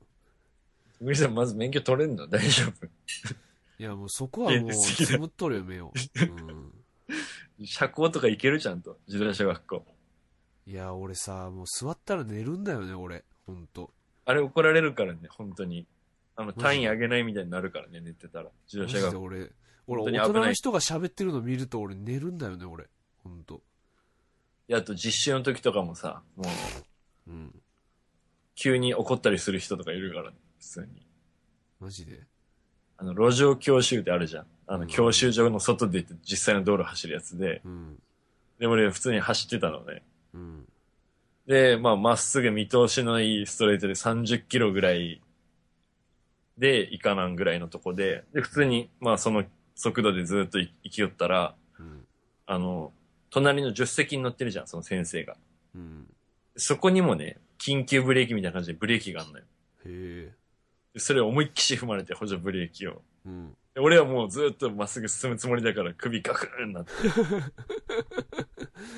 [SPEAKER 2] グリさん、まず免許取れんの 大丈夫。
[SPEAKER 1] いやもうそこはもう
[SPEAKER 2] 現実的だ
[SPEAKER 1] つむっとるよ目を、うん
[SPEAKER 2] 車高とか行けるちゃんと。自動車学校。
[SPEAKER 1] いや、俺さ、もう座ったら寝るんだよね、俺。ほんと。
[SPEAKER 2] あれ怒られるからね、本当に。あの、
[SPEAKER 1] ジで
[SPEAKER 2] 単位上げないみたいになるからね、寝てたら。自
[SPEAKER 1] マ
[SPEAKER 2] 動
[SPEAKER 1] ジ
[SPEAKER 2] 車
[SPEAKER 1] で
[SPEAKER 2] 学校。
[SPEAKER 1] 俺、
[SPEAKER 2] 本当
[SPEAKER 1] 俺、
[SPEAKER 2] に
[SPEAKER 1] 大
[SPEAKER 2] 危
[SPEAKER 1] 人
[SPEAKER 2] ない
[SPEAKER 1] の人が喋ってるの見ると俺寝るんだよね、俺。ほんと。
[SPEAKER 2] であと実習の時とかもさ、もう、
[SPEAKER 1] うん。
[SPEAKER 2] 急に怒ったりする人とかいるから、ね、普通に。
[SPEAKER 1] マジで。
[SPEAKER 2] あの、路上教習ってあるじゃん。あ
[SPEAKER 1] う
[SPEAKER 2] の、
[SPEAKER 1] ん
[SPEAKER 2] 教習所の外出て実際の道路走るやつで。
[SPEAKER 1] うん。
[SPEAKER 2] で、俺普通に走ってたのね。
[SPEAKER 1] うん。
[SPEAKER 2] で、まあ、まっすぐ見通しのいいストレートで30キロぐらいで行かなんぐらいのとこで、で、普通に、まあ、その速度でずっと行きよったら、
[SPEAKER 1] うん。
[SPEAKER 2] あの、隣の助手席に乗ってるじゃん、その先生が。
[SPEAKER 1] うん。
[SPEAKER 2] そこにもね、緊急ブレーキみたいな感じでブレーキがあんのよ。
[SPEAKER 1] へえ。
[SPEAKER 2] でそれを思いっきし踏まれて補助ブレーキを。
[SPEAKER 1] うん。
[SPEAKER 2] で俺はもうずっとまっすぐ進むつもりだから首ガクーンになって。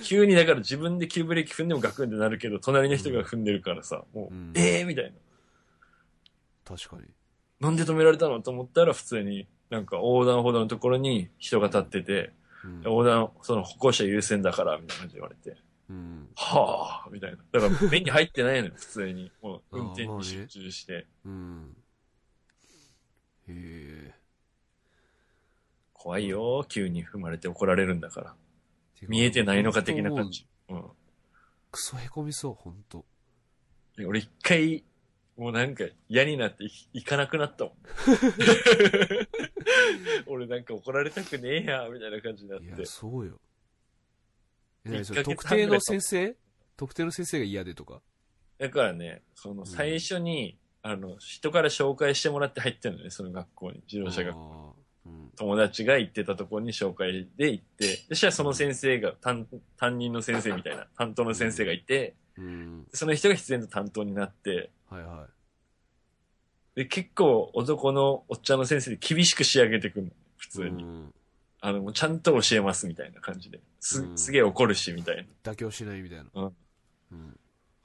[SPEAKER 2] 急にだから自分で急ブレーキ踏んでもガクーンってなるけど、隣の人が踏んでるからさ、もう、
[SPEAKER 1] うん
[SPEAKER 2] ええー、みたいな。
[SPEAKER 1] 確かに。
[SPEAKER 2] なんで止められたのと思ったら普通に、なんか横断歩道のところに人が立ってて、
[SPEAKER 1] うん。
[SPEAKER 2] 横断、その歩行者優先だから、みたいな感じで言われて、
[SPEAKER 1] うん。
[SPEAKER 2] はぁ、みたいな。だから目に入ってないのよ、普通に。もう運転
[SPEAKER 1] あーまあ
[SPEAKER 2] に
[SPEAKER 1] ね
[SPEAKER 2] 集中して、
[SPEAKER 1] うん。へえ。
[SPEAKER 2] 怖いよ、急に踏まれて怒られるんだから。見えてないのか的な感じ。うん。
[SPEAKER 1] クソへこみそう、ほんと。
[SPEAKER 2] 俺一回、もうなんか嫌になってい行かなくなったもん。俺なんか怒られたくねえや、みたいな感じになっ
[SPEAKER 1] い
[SPEAKER 2] て。
[SPEAKER 1] やそうよえ何そ
[SPEAKER 2] 一ヶ
[SPEAKER 1] れ特定
[SPEAKER 2] 月半
[SPEAKER 1] の先生特定の先生が嫌でとか
[SPEAKER 2] だからね、その最初に、あの、人から紹介してもらって入ってるのね、その学校に、自動車学校
[SPEAKER 1] あーうん
[SPEAKER 2] 友達が行ってたところに紹介で行って、そしたらその先生が、担担任の先生みたいな、担当の先生がいて、
[SPEAKER 1] うん
[SPEAKER 2] その人が必然と担当になって、
[SPEAKER 1] はいは
[SPEAKER 2] で、結構男のおっちゃんの先生で厳しく仕上げてくるの、普
[SPEAKER 1] い、
[SPEAKER 2] 通に。
[SPEAKER 1] うん
[SPEAKER 2] あの、もうちゃんと教えますみたいな感じで。す
[SPEAKER 1] う、ん
[SPEAKER 2] すげえ怒るし、みたいな。
[SPEAKER 1] 妥協しないみたいな
[SPEAKER 2] うん、
[SPEAKER 1] うん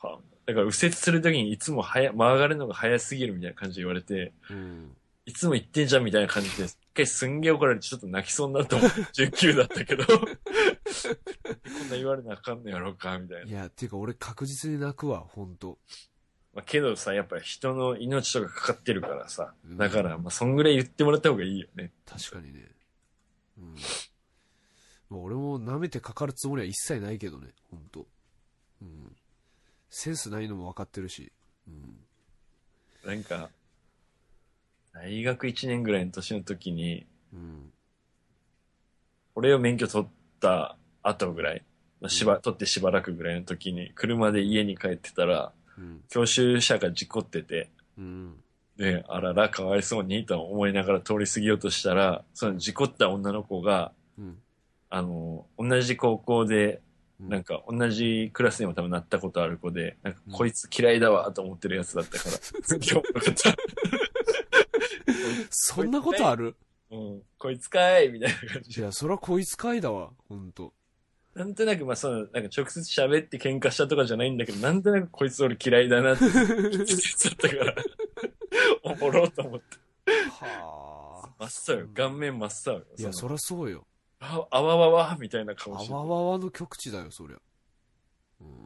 [SPEAKER 2] はあだから右折するときにいつも早、曲がるのが早すぎるみたいな感じで言われて、
[SPEAKER 1] うん、
[SPEAKER 2] いつも言ってんじゃんみたいな感じで、一回すんげえ怒られてちょっと泣きそうに なったもん。19だったけど。こんな言われなあかんのやろうか、みたい
[SPEAKER 1] い
[SPEAKER 2] な。
[SPEAKER 1] やっていうか俺確実に泣くわ本当
[SPEAKER 2] まあ、けどさ、やっぱ人の命とかかかってるからさ。
[SPEAKER 1] うん
[SPEAKER 2] だから、まあ、そんぐらい言ってもらった方がいいよね。
[SPEAKER 1] 確かにねうんまあ俺も舐めてかかるつもりは一切ないけどね本当うんセンスないのも分かってるしうん
[SPEAKER 2] なんか、大学1年ぐらいの年の時に、
[SPEAKER 1] うん
[SPEAKER 2] 俺を免許取った後ぐらい、まあしば、取ってしばらくぐらいの時に、車で家に帰ってたら、
[SPEAKER 1] うん
[SPEAKER 2] 教習車が事故ってて、
[SPEAKER 1] うん
[SPEAKER 2] で、あらら、かわいそうに、と思いながら通り過ぎようとしたら、その事故った女の子が、
[SPEAKER 1] うん
[SPEAKER 2] あの、同じ高校で、
[SPEAKER 1] うん
[SPEAKER 2] なんか同じクラスにも多分なったことある子で、なんかこいつ嫌いだわ、と思ってるやつだったから、 すげえおもろかった。
[SPEAKER 1] そんなことある
[SPEAKER 2] うん、こいつかいみたいな感じ
[SPEAKER 1] い
[SPEAKER 2] で。
[SPEAKER 1] や、そらこいつかいだわ、ほん と。
[SPEAKER 2] なんとなく、まあ、その、なんか直接喋って喧嘩したとかじゃないんだけど、なんとなくこいつ俺嫌いだなって、やつだったから、おもろと思って。
[SPEAKER 1] はあ。
[SPEAKER 2] 真っ青よ。顔面真っ青よ。
[SPEAKER 1] いや、そ
[SPEAKER 2] の
[SPEAKER 1] らそうよ。
[SPEAKER 2] ああわわわ、みたいな
[SPEAKER 1] あ
[SPEAKER 2] 顔して
[SPEAKER 1] わ。わわの極致だよ、そりゃ。うん。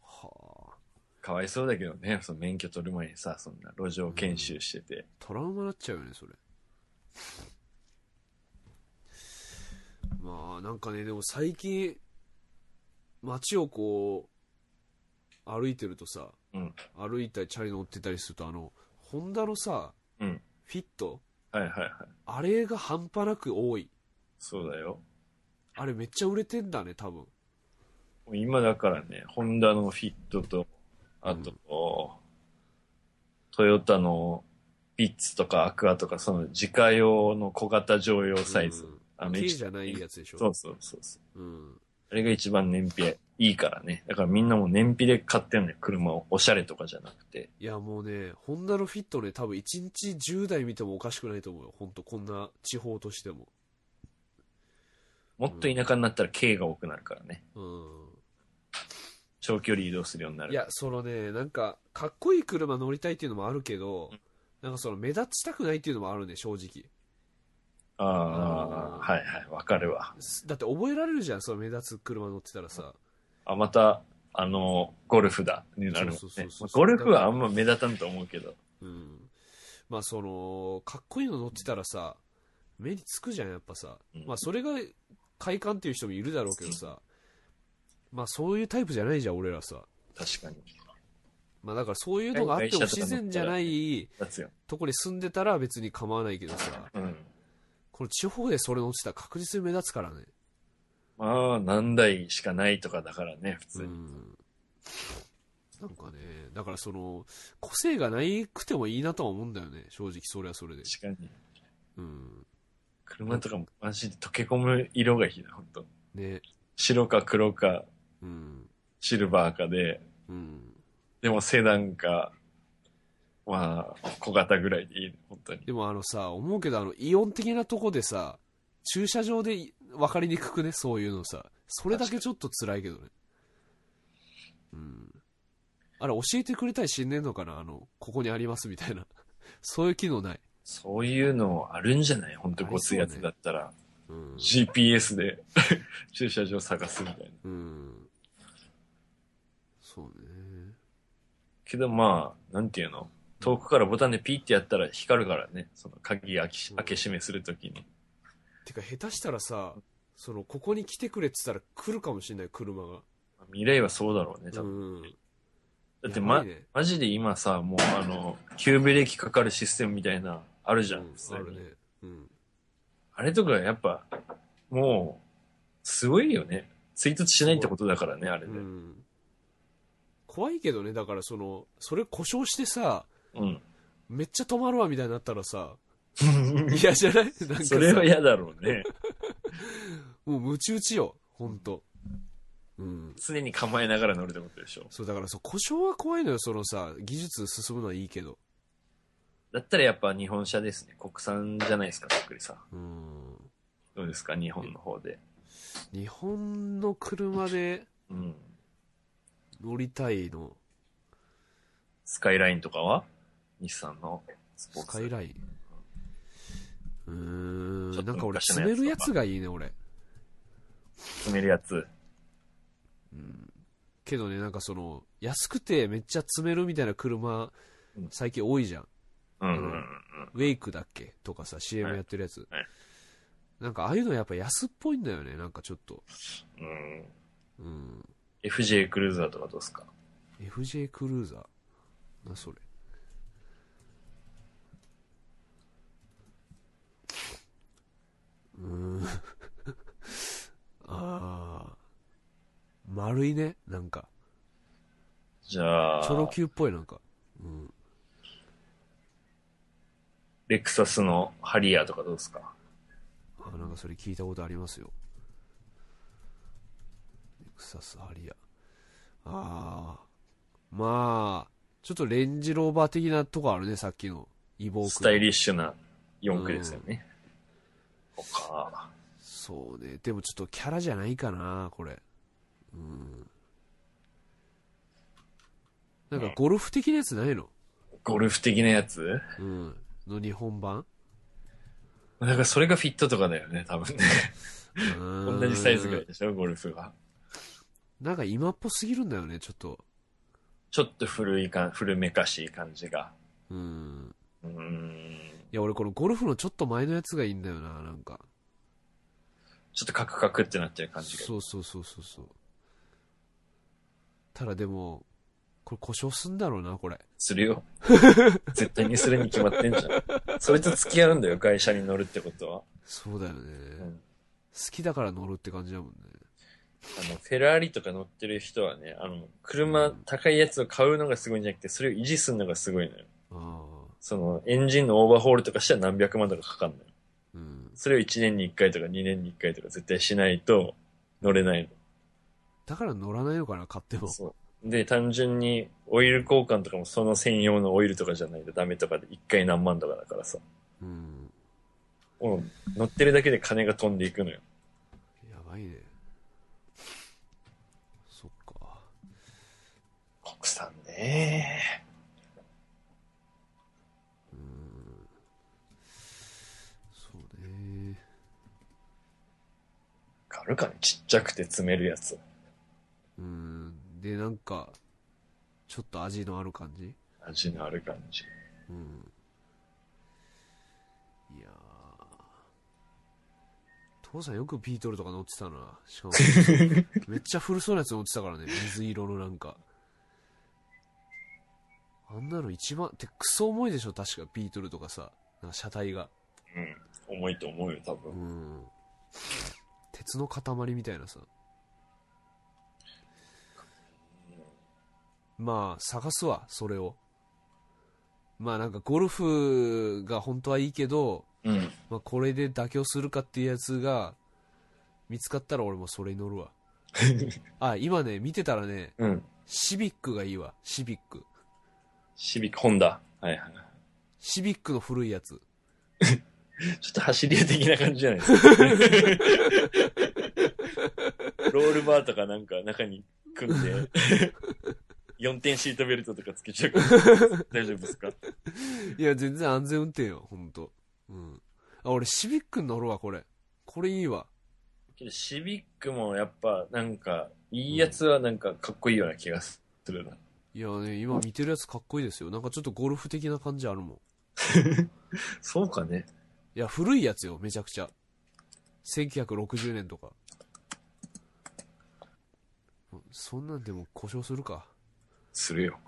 [SPEAKER 1] はあ。
[SPEAKER 2] かわいそうだけどね、その免許取る前にさ、そんな路上研修してて。
[SPEAKER 1] トラウマなっちゃうよね、それ。まあ、なんかね、でも最近、街をこう、歩いてるとさ、
[SPEAKER 2] うん
[SPEAKER 1] 歩いたり、チャリ乗ってたりすると、あの、ホンダのさ、
[SPEAKER 2] うん
[SPEAKER 1] フィット
[SPEAKER 2] はいはいはい。
[SPEAKER 1] あれが半端なく多い。
[SPEAKER 2] そうだよ。
[SPEAKER 1] あれめっちゃ売れてんだね、多分。
[SPEAKER 2] もう今だからね、ホンダのフィットと、あと、
[SPEAKER 1] う
[SPEAKER 2] トヨタのピッツとかアクアとか、その自家用の小型乗用サイズ。
[SPEAKER 1] うん
[SPEAKER 2] あの、
[SPEAKER 1] 軽
[SPEAKER 2] 一
[SPEAKER 1] じゃないやつでしょ。
[SPEAKER 2] そうそうそうそう。
[SPEAKER 1] うん。
[SPEAKER 2] あれが一番燃費いいからね。だからみんなもう燃費で買ってんのよ、車を。おしゃれとかじゃなくて。
[SPEAKER 1] いや、もうね、ホンダのフィットね、多分1日10台見てもおかしくないと思うよ。ほんと、こんな地方としても。
[SPEAKER 2] もっと田舎になったら軽が多くなるからね。
[SPEAKER 1] う。
[SPEAKER 2] 長距離移動するようになんる。
[SPEAKER 1] いや、そのね、なんか、かっこいい車乗りたいっていうのもあるけど
[SPEAKER 2] うん、
[SPEAKER 1] なんかその、目立ちたくないっていうのもあるね、正直。
[SPEAKER 2] あ
[SPEAKER 1] あの
[SPEAKER 2] あ、
[SPEAKER 1] ー
[SPEAKER 2] はいはい、わかるわ。
[SPEAKER 1] すだって覚えられるじゃん、その目立つ車乗ってたらさ。
[SPEAKER 2] あ、また、あのーゴルフだ、になるもんね
[SPEAKER 1] そうそうそうそう
[SPEAKER 2] まあゴルフはあんま目立たんと思うけど。
[SPEAKER 1] うん。まあ、その、かっこいいの乗ってたらさ、目につくじゃん、やっぱさ。
[SPEAKER 2] うん
[SPEAKER 1] まあ、それが快感っていう人もいるだろうけどさ、まあ、そういうタイプじゃないじゃん、俺らさ。
[SPEAKER 2] 確かに。
[SPEAKER 1] まあ、だからそういうのがあっても
[SPEAKER 2] 会社とか
[SPEAKER 1] 自
[SPEAKER 2] だったら
[SPEAKER 1] 然じゃない
[SPEAKER 2] 立つよ。
[SPEAKER 1] とこに住んでたら別に構わないけどさ、
[SPEAKER 2] うん。
[SPEAKER 1] この地方でそれ落ちたら確実に目立つからね。
[SPEAKER 2] まあ、何台しかないとかだからね、普
[SPEAKER 1] う
[SPEAKER 2] 通に。
[SPEAKER 1] ん。なんかね、だからその、個性がないくてもいいなとは思うんだよね、正直、それはそれで。
[SPEAKER 2] 確かに。
[SPEAKER 1] うん。
[SPEAKER 2] 車とかもマジで溶け込む色がいいな、本当
[SPEAKER 1] ね。
[SPEAKER 2] 白か黒か、
[SPEAKER 1] うん。
[SPEAKER 2] シルバーかで、
[SPEAKER 1] うん。
[SPEAKER 2] でもセダンか、まあ、小型ぐらいでいいね、本当に。
[SPEAKER 1] でもあのさ、思うけどあの、イオン的なとこでさ、駐車場でい分かりにくくね、そういうのさ。それだけちょっと辛いけどね。うん。あれ、教えてくれたりしんねんのかなあの、ここにありますみたいな。 そういう機能ない。
[SPEAKER 2] そういうのあるんじゃない本当
[SPEAKER 1] あり
[SPEAKER 2] ごついや
[SPEAKER 1] そう
[SPEAKER 2] つ
[SPEAKER 1] ね
[SPEAKER 2] だったら。
[SPEAKER 1] うん。
[SPEAKER 2] GPS で 駐車場探すみたいな。
[SPEAKER 1] うん。そうね。
[SPEAKER 2] けどまあ、なんていうの遠くからボタンでピッてやったら光るからね。その鍵開けし開け閉めするときに。
[SPEAKER 1] てか、下手したらさ、その、ここに来てくれって言ったら来るかもしんない、車が。
[SPEAKER 2] 未来はそうだろうね、多
[SPEAKER 1] うん。
[SPEAKER 2] 分。だって
[SPEAKER 1] や
[SPEAKER 2] ま
[SPEAKER 1] ばい、ね
[SPEAKER 2] マジで今さ、もうあの、急ブレーキかかるシステムみたいな、あるじゃん。
[SPEAKER 1] うん、あるね。うん。
[SPEAKER 2] あれとかやっぱ、もう、すごいよね。追突しないってことだからね、あれ
[SPEAKER 1] う
[SPEAKER 2] ね。
[SPEAKER 1] ん。怖いけどね、だからその、それ故障してさ、
[SPEAKER 2] うん。
[SPEAKER 1] めっちゃ止まるわみたいになったらさ、嫌じゃない なんかさ
[SPEAKER 2] それは嫌だろうね。
[SPEAKER 1] もうムチ打ちよ、ほんと。うん。
[SPEAKER 2] 常に構えながら乗るってことでしょ。
[SPEAKER 1] そう、だからそう、故障は怖いのよ、そのさ、技術進むのはいいけど。
[SPEAKER 2] だったらやっぱ日本車ですね。国産じゃないですか、特にさ。
[SPEAKER 1] うん。
[SPEAKER 2] どうですか、日本の方で。
[SPEAKER 1] 日本の車で
[SPEAKER 2] うん。
[SPEAKER 1] 乗りたいの、
[SPEAKER 2] スカイラインとかは日産のスポー
[SPEAKER 1] ス
[SPEAKER 2] ツ。
[SPEAKER 1] カイライン。うーん、
[SPEAKER 2] ちょっと
[SPEAKER 1] なんか俺、
[SPEAKER 2] 昔の
[SPEAKER 1] 詰
[SPEAKER 2] やつ
[SPEAKER 1] めるやつがいいね、俺。
[SPEAKER 2] 詰めるやつ。
[SPEAKER 1] けどね、なんかその、安くてめっちゃ詰めるみたいな車
[SPEAKER 2] うん、
[SPEAKER 1] 最近多いじゃん。
[SPEAKER 2] うんうんうん。
[SPEAKER 1] ウェイクだっけとかさ、CM やってるやつ。
[SPEAKER 2] はい
[SPEAKER 1] なんかああいうのやっぱ安っぽいんだよね、なんかちょっと。
[SPEAKER 2] うん、
[SPEAKER 1] うん。
[SPEAKER 2] FJ クルーザーとかどうですか
[SPEAKER 1] FJ クルーザー。な、それ。うーん。 ああ。丸いね、なんか。
[SPEAKER 2] じゃ
[SPEAKER 1] チョロ
[SPEAKER 2] あ、
[SPEAKER 1] Q っぽい、なんか。うん。
[SPEAKER 2] レクサスのハリアーとかどうですか
[SPEAKER 1] あ、なんかそれ聞いたことありますよ。レクサスハリア。ああ。まあ、ちょっとレンジローバー的なとこあるね、さっきの。イボークの
[SPEAKER 2] スタイリッシュな四駆ですよね。他、
[SPEAKER 1] そうね。でもちょっとキャラじゃないかな、これ。うん。なんかゴルフ的なやつないの
[SPEAKER 2] ゴルフ的なやつ
[SPEAKER 1] うん。の日本版
[SPEAKER 2] なんかそれがフィットとかだよね、多分ね。
[SPEAKER 1] 同
[SPEAKER 2] 同じサイズぐらいでしょ、ゴルフが。
[SPEAKER 1] なんか今っぽすぎるんだよね、ちょっと。
[SPEAKER 2] ちょっと古いか、古めかしい感じが。
[SPEAKER 1] うん。
[SPEAKER 2] うーん。
[SPEAKER 1] いや、俺このゴルフのちょっと前のやつがいいんだよな、なんか。
[SPEAKER 2] ちょっとカクカクってなってる感じが。
[SPEAKER 1] そうそうそうそうそう。ただでも、これ故障すんだろうな、これ。
[SPEAKER 2] するよ。絶対にするに決まってんじゃん。それと付き合うんだよ、会社に乗るってことは。
[SPEAKER 1] そうだよね。
[SPEAKER 2] う
[SPEAKER 1] 好
[SPEAKER 2] ん
[SPEAKER 1] きだから乗るって感じだもんね。
[SPEAKER 2] あの、フェラーリとか乗ってる人はね、あの、車、高いやつを買うのがすごいんじゃなくて、それを維持するのがすごいのよ。
[SPEAKER 1] ああ。
[SPEAKER 2] その、エンジンのオーバーホールとかしたら何百万とかかかんのよ。
[SPEAKER 1] うん。
[SPEAKER 2] それを1年に1回とか2年に1回とか絶対しないと乗れない
[SPEAKER 1] だから乗らないのかな、買っても
[SPEAKER 2] の。。そう。で、単純にオイル交換とかもその専用のオイルとかじゃないとダメとかで1回何万とかだからさ。
[SPEAKER 1] うん。
[SPEAKER 2] もう乗ってるだけで金が飛んでいくのよ。
[SPEAKER 1] やばいね。そっか。
[SPEAKER 2] 国産ね
[SPEAKER 1] そうね。
[SPEAKER 2] 買うかねちっちゃくて詰めるやつ。
[SPEAKER 1] うん。で、なんか、ちょっと味のある感じ
[SPEAKER 2] 味のある感じ。
[SPEAKER 1] うん。いやー。父さんよくビートルとか乗ってたな。しかも、めっちゃ古そうなやつ乗ってたからね。水色のなんか。あんなの一番、ってクソ重いでしょ確かビートルとかさ。なんか車体が。
[SPEAKER 2] うん。重いと思うよ、多分。
[SPEAKER 1] うん鉄の塊みたいなさまあ探すわそれをまあなんかゴルフが本当はいいけど、
[SPEAKER 2] うん。
[SPEAKER 1] まあ、これで妥協するかっていうやつが見つかったら俺もそれに乗るわあ今ね見てたらね
[SPEAKER 2] うん。
[SPEAKER 1] シビックがいいわシビック
[SPEAKER 2] シビック、ホンダ。はいはい。
[SPEAKER 1] シビックの古いやつ
[SPEAKER 2] ちょっと走り屋的な感じじゃないです か。ロールバーとかなんか中に組ん で、4点シートベルトとかつけちゃうから大丈夫ですか
[SPEAKER 1] いや全然安全運転よ本当うんあ俺シビックに乗るわこれこれいいわ
[SPEAKER 2] けどシビックもやっぱなんか、いいやつはなんかかっこいいような気がするな。
[SPEAKER 1] いやね、今見てるやつかっこいいですよ。なんかちょっとゴルフ的な感じあるもん。
[SPEAKER 2] そうかね。
[SPEAKER 1] いや、古いやつよ、めちゃくちゃ。1960年とか。そんなんでも故障するか。
[SPEAKER 2] するよ。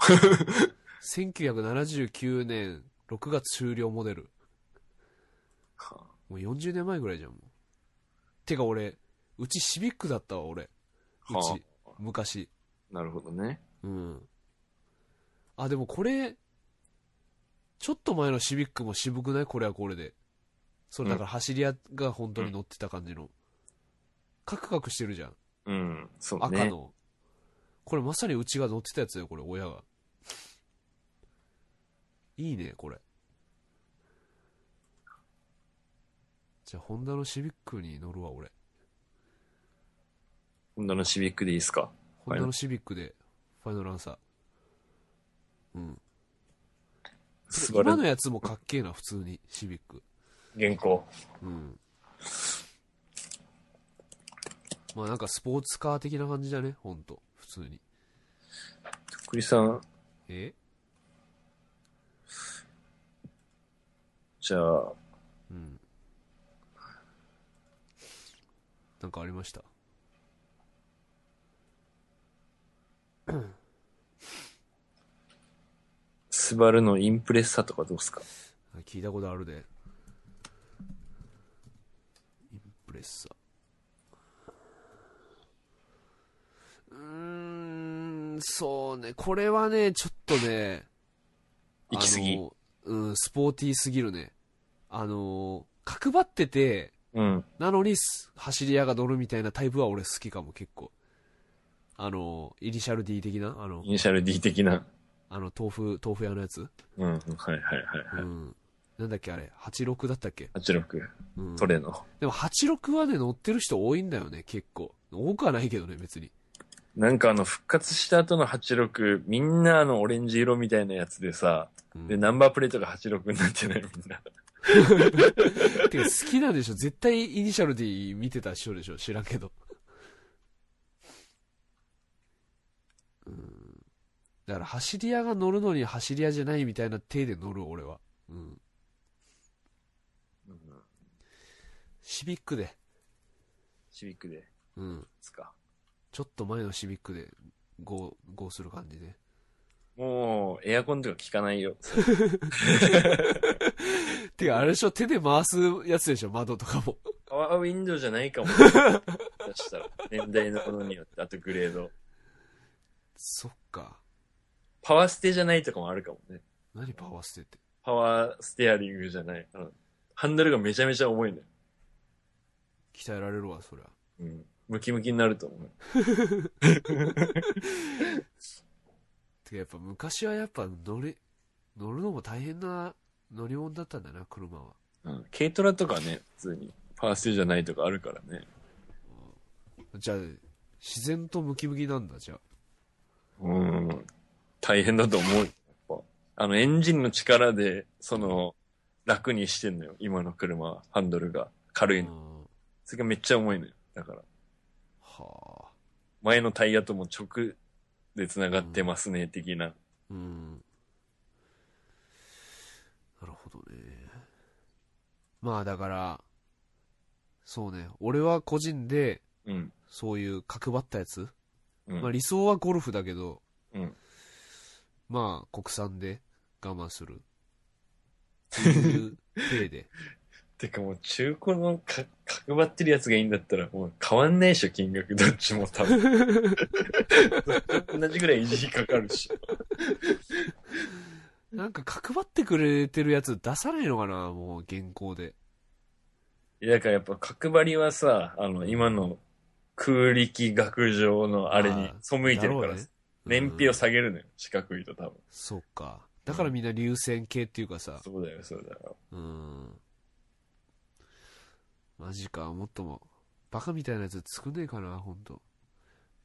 [SPEAKER 1] 1979年6月終了モデル。
[SPEAKER 2] はあ
[SPEAKER 1] もう40年前ぐらいじゃん、もう。てか俺、うちシビックだったわ、俺。う
[SPEAKER 2] は
[SPEAKER 1] ち、昔。
[SPEAKER 2] なるほどね。
[SPEAKER 1] うん。あ、でもこれ、ちょっと前のシビックも渋くないこれはこれで。それだから走り屋が本当に乗ってた感じの。カクカクしてるじゃん。
[SPEAKER 2] うん、そうね。
[SPEAKER 1] 赤の。これまさにうちが乗ってたやつだよ、これ、親が。いいね、これ。じゃあ、ホンダのシビックに乗るわ、俺。
[SPEAKER 2] ホンダのシビックでいいですか
[SPEAKER 1] ホンダのシビックで、ファイナルアンサー。うん。
[SPEAKER 2] 素晴
[SPEAKER 1] 今
[SPEAKER 2] らし
[SPEAKER 1] の
[SPEAKER 2] い。
[SPEAKER 1] やつもかっけえな、普通に、シビック。
[SPEAKER 2] 原稿。
[SPEAKER 1] うん。まあなんかスポーツカー的な感じだね、ほんと。普通に。
[SPEAKER 2] とっくりさん、
[SPEAKER 1] え
[SPEAKER 2] じゃあ、
[SPEAKER 1] うん。なんかありました。
[SPEAKER 2] スバルのインプレッサとかどうですか
[SPEAKER 1] 聞いたことあるで。インプレッサ。うーん、そうね。これはね、ちょっとね。
[SPEAKER 2] 行き過ぎ
[SPEAKER 1] あの。うん、スポーティーすぎるね。あの、角張ってて、
[SPEAKER 2] うん。
[SPEAKER 1] なのにす走り屋が乗るみたいなタイプは俺好きかも、結構。あの、イニシャル D 的な、あの、
[SPEAKER 2] イニシャル D 的な。
[SPEAKER 1] あの、豆腐、豆腐屋のやつ。
[SPEAKER 2] うん、はいはいはいうはい。
[SPEAKER 1] ん。なんだっけ、あれ、86だったっけ。
[SPEAKER 2] 86、
[SPEAKER 1] うん、
[SPEAKER 2] トレの。
[SPEAKER 1] でも86はね、乗ってる人多いんだよね、結構。多くはないけどね、別に。
[SPEAKER 2] なんかあの、復活した後の86、みんなあの、オレンジ色みたいなやつでさ、
[SPEAKER 1] うん、
[SPEAKER 2] で、ナンバープレートが86になってないみんな。
[SPEAKER 1] てか好きなんでしょ絶対イニシャル D 見てた人でしょ知らんけど。うん。だから走り屋が乗るのに走り屋じゃないみたいな手で乗る、俺は。うん。
[SPEAKER 2] うん
[SPEAKER 1] シビックで。
[SPEAKER 2] シビックで、
[SPEAKER 1] うん。
[SPEAKER 2] つか。
[SPEAKER 1] ちょっと前のシビックで、ゴー、ゴーする感じね。
[SPEAKER 2] もう、エアコンとか効かな いよ。
[SPEAKER 1] てか、あれでしょ手で回すやつでしょ窓とかも。
[SPEAKER 2] パワーウィンドウじゃない かも。出したら、年代のものによって、あとグレード。
[SPEAKER 1] そっか。
[SPEAKER 2] パワーステじゃないとかもあるかもね。
[SPEAKER 1] 何パワー捨てって。
[SPEAKER 2] パワーステアリングじゃない。あのハンドルがめちゃめちゃ重いんだよ。
[SPEAKER 1] 鍛えられるわ、そりゃ。
[SPEAKER 2] うん。ムキムキになると思う。
[SPEAKER 1] てかやっぱ昔はやっぱ乗れ乗るのも大変な乗り物だったんだな車は
[SPEAKER 2] うん。軽トラとかね、普通に。パワーステじゃないとかあるからね。
[SPEAKER 1] じゃあ自然とムキムキなんだじゃあ
[SPEAKER 2] うん。大変だと思うよ。やっぱ。あの、エンジンの力で、その、楽にしてんのよ。今の車は。ハンドルが。軽いの。
[SPEAKER 1] うんは
[SPEAKER 2] それがめっちゃ重いのよ。だから。
[SPEAKER 1] あ
[SPEAKER 2] 前のタイヤとも直で繋がってますね、的な。
[SPEAKER 1] うんなるほどねまあだからそうね俺は個人で
[SPEAKER 2] うん。
[SPEAKER 1] そういう角張ったやつ、
[SPEAKER 2] うん。
[SPEAKER 1] まあ理想はゴルフだけど
[SPEAKER 2] うん
[SPEAKER 1] まあ国産で我慢するっていう体 で
[SPEAKER 2] てかもう中古のか角張ってるやつがいいんだったらもう変わんないでしょ、金額。どっちも多分。 同じぐらい維持費かかるし。
[SPEAKER 1] なんか角張ってくれてるやつ出さないのかなもう現行で。
[SPEAKER 2] いやだからやっぱ角張りはさ、あの、今の空力学上のあれに
[SPEAKER 1] あー
[SPEAKER 2] 背いてる
[SPEAKER 1] だろ
[SPEAKER 2] か
[SPEAKER 1] う
[SPEAKER 2] ら
[SPEAKER 1] ね、
[SPEAKER 2] 燃費を
[SPEAKER 1] うん
[SPEAKER 2] 下げるのよ。四角いと多分。
[SPEAKER 1] そうか。だからみんな流線系っていうかさ。
[SPEAKER 2] そうだよ、そうだよ。
[SPEAKER 1] うん。マジか。もっとも。バカみたいなやつ作んねえかなほんと。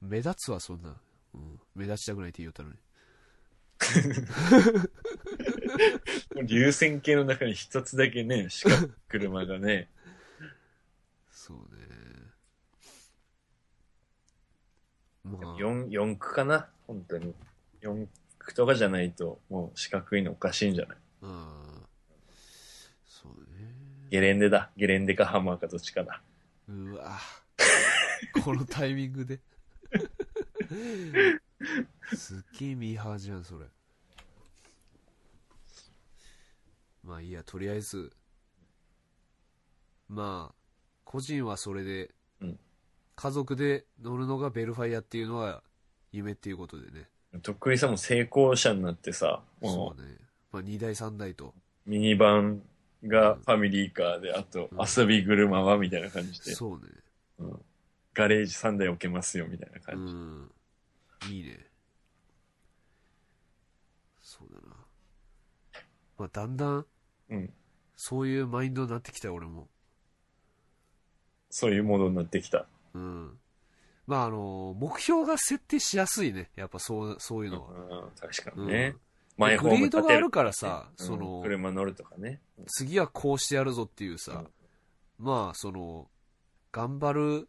[SPEAKER 1] 目立つわ、そんな。うん。目立ちたくないって言おうたのに。
[SPEAKER 2] もう流線形の中に一つだけね、四角い車がね、
[SPEAKER 1] そうね。まあ、
[SPEAKER 2] 4、四区かな本当に。4区とかじゃないと、もう四角いのおかしいんじゃない
[SPEAKER 1] うん。そうね。
[SPEAKER 2] ゲレンデだ。ゲレンデかハマーかどっちかだ。
[SPEAKER 1] うわこのタイミングですっげえミーハーじゃんそれまあいいやとりあえずまあ個人はそれで、
[SPEAKER 2] うん
[SPEAKER 1] 家族で乗るのがベルファイアっていうのは夢っていうことでね
[SPEAKER 2] とっくりさんも成功者になってさ、も
[SPEAKER 1] そうね、まあ、2台3台と
[SPEAKER 2] うミニバンがファミリーカーで、あと遊び車はみたいな感じで、
[SPEAKER 1] そうね
[SPEAKER 2] ガレージ3台置けますよみたいな
[SPEAKER 1] う
[SPEAKER 2] 感じ。
[SPEAKER 1] んいいねそうだなまあだんだん
[SPEAKER 2] うん
[SPEAKER 1] そういうマインドになってきたよ俺も
[SPEAKER 2] そういうものになってきた。
[SPEAKER 1] うん。まあ、あの、目標が設定しやすいね。やっぱそう、そういう
[SPEAKER 2] うん
[SPEAKER 1] のは。
[SPEAKER 2] 確か
[SPEAKER 1] う
[SPEAKER 2] に
[SPEAKER 1] ん。
[SPEAKER 2] ね。
[SPEAKER 1] で
[SPEAKER 2] 前
[SPEAKER 1] グ
[SPEAKER 2] ホ
[SPEAKER 1] レ
[SPEAKER 2] ー
[SPEAKER 1] ー
[SPEAKER 2] ム
[SPEAKER 1] ド
[SPEAKER 2] 立
[SPEAKER 1] があ
[SPEAKER 2] て
[SPEAKER 1] る
[SPEAKER 2] る。
[SPEAKER 1] からさ、
[SPEAKER 2] うん
[SPEAKER 1] その、
[SPEAKER 2] 車乗るとかね。
[SPEAKER 1] 次はこうしてやるぞっていうさ、まあ、その、頑張る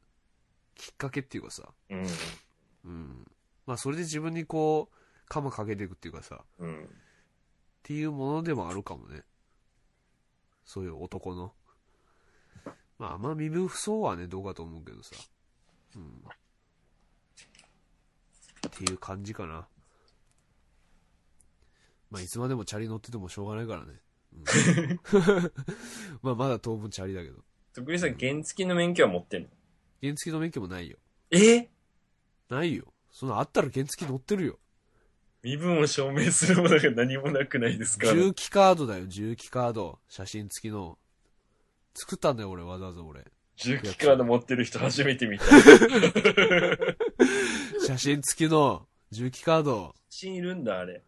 [SPEAKER 1] きっかけっていうかさ、
[SPEAKER 2] うん。
[SPEAKER 1] うん。まあ、それで自分にこう、鎌かけていくっていうかさ、っ
[SPEAKER 2] うん。
[SPEAKER 1] ていうものでもあるかもね。そういう男の。まあ、あんま身分不相はね、どうかと思うけどさ。うん。っていう感じかな。まあ、いつまでもチャリ乗っててもしょうがないからね。うんまあ、まだ当分チャリだけど。
[SPEAKER 2] とっくりさん、原付きの免許は持ってんの
[SPEAKER 1] 原付の免許もないよ。
[SPEAKER 2] え
[SPEAKER 1] ないよ。そんなあったら原付乗ってるよ。
[SPEAKER 2] 身分を証明するものが何もなくないですか
[SPEAKER 1] 重機カードだよ、重機カード。写真付きの。作ったんだよ、俺、わざわざ俺。
[SPEAKER 2] 重機カード持ってる人初めて見た。
[SPEAKER 1] 写真付きの重機カード。
[SPEAKER 2] 真いるんだ、あれ。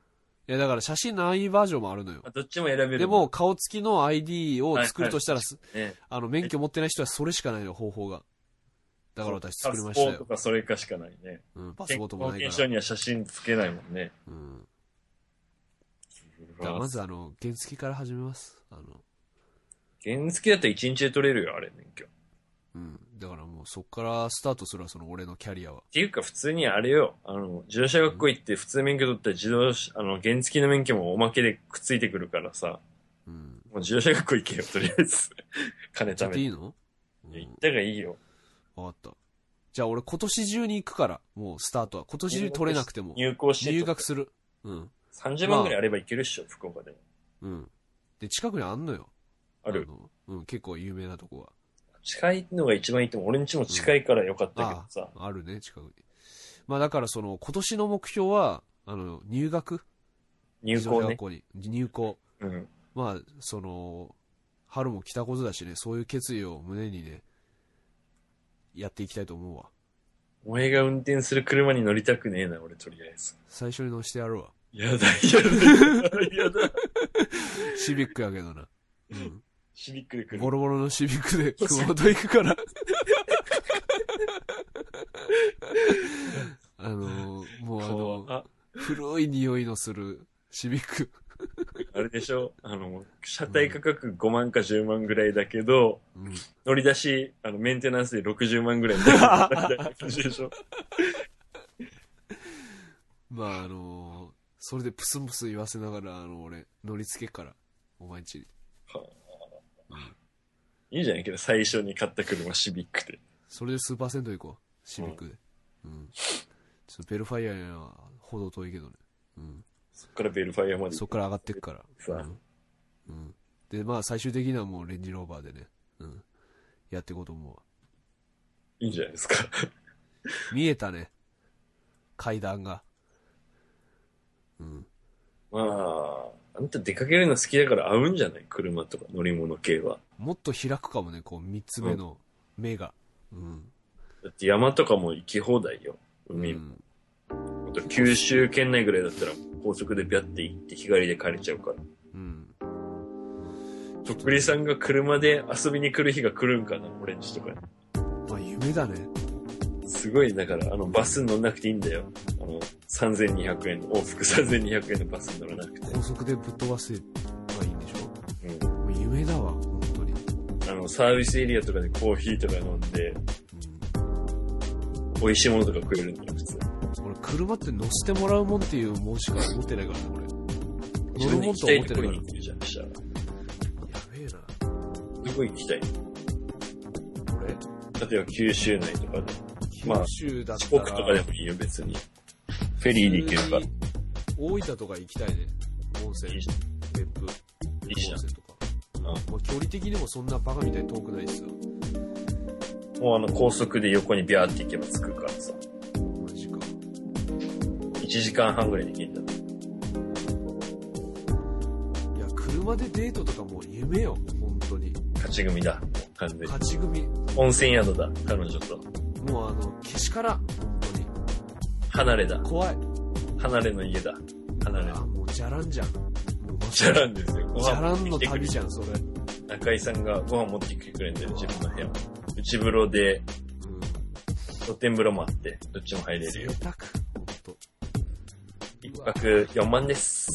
[SPEAKER 1] いや、だから写真のいバージョンもあるのよ
[SPEAKER 2] あ。どっちも選べる。
[SPEAKER 1] でも、、顔付きの ID を作るとしたら、す
[SPEAKER 2] ね、
[SPEAKER 1] あの、免許持ってない人はそれしかないのよ、方法が。だから私作りました
[SPEAKER 2] パスポート
[SPEAKER 1] よ。
[SPEAKER 2] かそれかしかないね。
[SPEAKER 1] うん、パス
[SPEAKER 2] 健
[SPEAKER 1] ポー
[SPEAKER 2] 康
[SPEAKER 1] トも
[SPEAKER 2] 保
[SPEAKER 1] ない
[SPEAKER 2] 険
[SPEAKER 1] か
[SPEAKER 2] 証
[SPEAKER 1] ら。
[SPEAKER 2] には写真つけないもんね。
[SPEAKER 1] うん。だからまず、あの、原付から始めます。あの、
[SPEAKER 2] 原付だったら1日で取れるよ、あれ、免許。っ
[SPEAKER 1] うん。だからもう、そっからスタートするわ、その俺のキャリアは。
[SPEAKER 2] ていうか、普通にあれよ、あの、自動車学校行って普通免許取ったら自動車、あの、原付の免許もおまけでくっついてくるからさ、
[SPEAKER 1] うん。
[SPEAKER 2] もう自動車学校行けよ、とりあえず。 金
[SPEAKER 1] ちょ
[SPEAKER 2] 貯
[SPEAKER 1] っと
[SPEAKER 2] めて。
[SPEAKER 1] い
[SPEAKER 2] い
[SPEAKER 1] いの、うん
[SPEAKER 2] や行ったがいいよ。
[SPEAKER 1] わかった。じゃあ俺今年中に行くから、もうスタートは。今年中取れなくても。
[SPEAKER 2] 入校して。
[SPEAKER 1] 入学する。うん。
[SPEAKER 2] 30万ぐらいあればいけるっしょ、福岡でも。
[SPEAKER 1] うん。で、近くにあんのよ。
[SPEAKER 2] ある。
[SPEAKER 1] のうん、結構有名なとこは。
[SPEAKER 2] 近いのが一番いいと思う。俺んちも近いからよかったけど
[SPEAKER 1] あ
[SPEAKER 2] さ。
[SPEAKER 1] あ、あるね、近くに。まあだからその、今年の目標は、あの、入学
[SPEAKER 2] 入校
[SPEAKER 1] 学
[SPEAKER 2] ね。
[SPEAKER 1] 校に。入校。
[SPEAKER 2] うん。
[SPEAKER 1] まあ、その、春も来たことだしね、そういう決意を胸にね、やっていきたいと思うわ。
[SPEAKER 2] お前が運転する車に乗りたくねえな、俺とりあえず。
[SPEAKER 1] 最初に乗してやるわ。
[SPEAKER 2] やだ、やだ、やだ。
[SPEAKER 1] シビックやけどな。うん。
[SPEAKER 2] シビックで来
[SPEAKER 1] ボ
[SPEAKER 2] る。
[SPEAKER 1] ロボロのシビック で熊本行くから。 あのー、もうあの、
[SPEAKER 2] あ、
[SPEAKER 1] 古い匂いのするシビック。
[SPEAKER 2] あれでしょあの、車体価格5万か10万ぐらいだけど、
[SPEAKER 1] うん、
[SPEAKER 2] 乗り出し、あの、メンテナンスで60 万ぐらいになるみたいな感じでしょ
[SPEAKER 1] まああのー、それでプスンプスン言わせながら、あの、俺、乗り付けっから、お前んちに。
[SPEAKER 2] いいじゃないけど、最初に買った車シビックで。
[SPEAKER 1] それでスーパーセント行こう、シビックで。うん。ちょっとベルファイアにはほど遠いけどね。うん。
[SPEAKER 2] そっからベルファイアまで
[SPEAKER 1] そ
[SPEAKER 2] 行
[SPEAKER 1] っ
[SPEAKER 2] く。
[SPEAKER 1] から上がってくから。
[SPEAKER 2] さあ
[SPEAKER 1] うん。で、まあ最終的にはもうレンジローバーでね、うん。やっていこうと思うわ。
[SPEAKER 2] いいんじゃないですか。
[SPEAKER 1] 見えたね。階段が。うん。
[SPEAKER 2] まあ、あんた出かけるの好きだから合うんじゃない車とか乗り物系は。
[SPEAKER 1] もっと開くかもね、こう、三つ目の目が。うん。
[SPEAKER 2] だって山とかも行き放題よ。海、
[SPEAKER 1] うん
[SPEAKER 2] あと九州圏内ぐらいだったら高速でビャって行って日帰りで帰れちゃうから。
[SPEAKER 1] うん。
[SPEAKER 2] とっくりさんが車で遊びに来る日が来るんかな俺んちとかに。
[SPEAKER 1] まあ夢だね。
[SPEAKER 2] すごい、だから、あの、バス乗んなくていいんだよ。あの、3200円の、往復3200円のバス乗らなくて。
[SPEAKER 1] 高速でぶっ飛ばせばいいんでし
[SPEAKER 2] うん。
[SPEAKER 1] ょもう夢だわ、本当に。
[SPEAKER 2] あの、サービスエリアとかでコーヒーとか飲んで、
[SPEAKER 1] う
[SPEAKER 2] 美味しいものとか食えるんだよ、普通。
[SPEAKER 1] ん。俺、車って乗せてもらうもんっていうもんしか思ってないからね、俺。
[SPEAKER 2] 自
[SPEAKER 1] 乗る
[SPEAKER 2] 分で
[SPEAKER 1] も
[SPEAKER 2] 行
[SPEAKER 1] ん
[SPEAKER 2] き
[SPEAKER 1] とは思
[SPEAKER 2] たい
[SPEAKER 1] って
[SPEAKER 2] とこ
[SPEAKER 1] な
[SPEAKER 2] ろ
[SPEAKER 1] い
[SPEAKER 2] に
[SPEAKER 1] か
[SPEAKER 2] 行けるじゃん、したら。
[SPEAKER 1] ら。やべえな。
[SPEAKER 2] どこ行きたい
[SPEAKER 1] 俺、
[SPEAKER 2] 例えば九州内とかで。まあ
[SPEAKER 1] 九州だっ
[SPEAKER 2] 四
[SPEAKER 1] た
[SPEAKER 2] 国とからで、もいいよ、別に。フェリーで行けるから。
[SPEAKER 1] 大分とか行きたいね。温泉
[SPEAKER 2] いい、じゃん
[SPEAKER 1] 別府、
[SPEAKER 2] いいじゃん
[SPEAKER 1] 温泉とか。
[SPEAKER 2] ん
[SPEAKER 1] まあ、距離的にもそんなバカみたいに遠くないですよ。
[SPEAKER 2] もうあの高速で横にビャーって行けば着くからさ。
[SPEAKER 1] マジか。
[SPEAKER 2] 1時間半ぐらいで行けんだ。
[SPEAKER 1] いや、車でデートとかもう夢よ、本当に。
[SPEAKER 2] 勝ち組だ。完全に。
[SPEAKER 1] 勝ち組、
[SPEAKER 2] 温泉宿だ。彼女と。
[SPEAKER 1] もうあの、けしからん、本当に。
[SPEAKER 2] 離れだ。
[SPEAKER 1] 怖い。
[SPEAKER 2] 離れの家だ。離れ
[SPEAKER 1] あ、もうじゃらんじゃん。もうま
[SPEAKER 2] じゃらんですよ。ご
[SPEAKER 1] じゃら
[SPEAKER 2] 飯
[SPEAKER 1] ん
[SPEAKER 2] 持
[SPEAKER 1] の
[SPEAKER 2] ってきてくれ
[SPEAKER 1] 旅じゃん、それ。
[SPEAKER 2] 中井さんがご飯持ってきてくれるんだよ、自分の部屋。内風呂で、
[SPEAKER 1] うん。
[SPEAKER 2] 露天風呂もあって、どっちも入れる
[SPEAKER 1] 贅
[SPEAKER 2] よ。
[SPEAKER 1] 沢、本当。
[SPEAKER 2] 一泊4万です。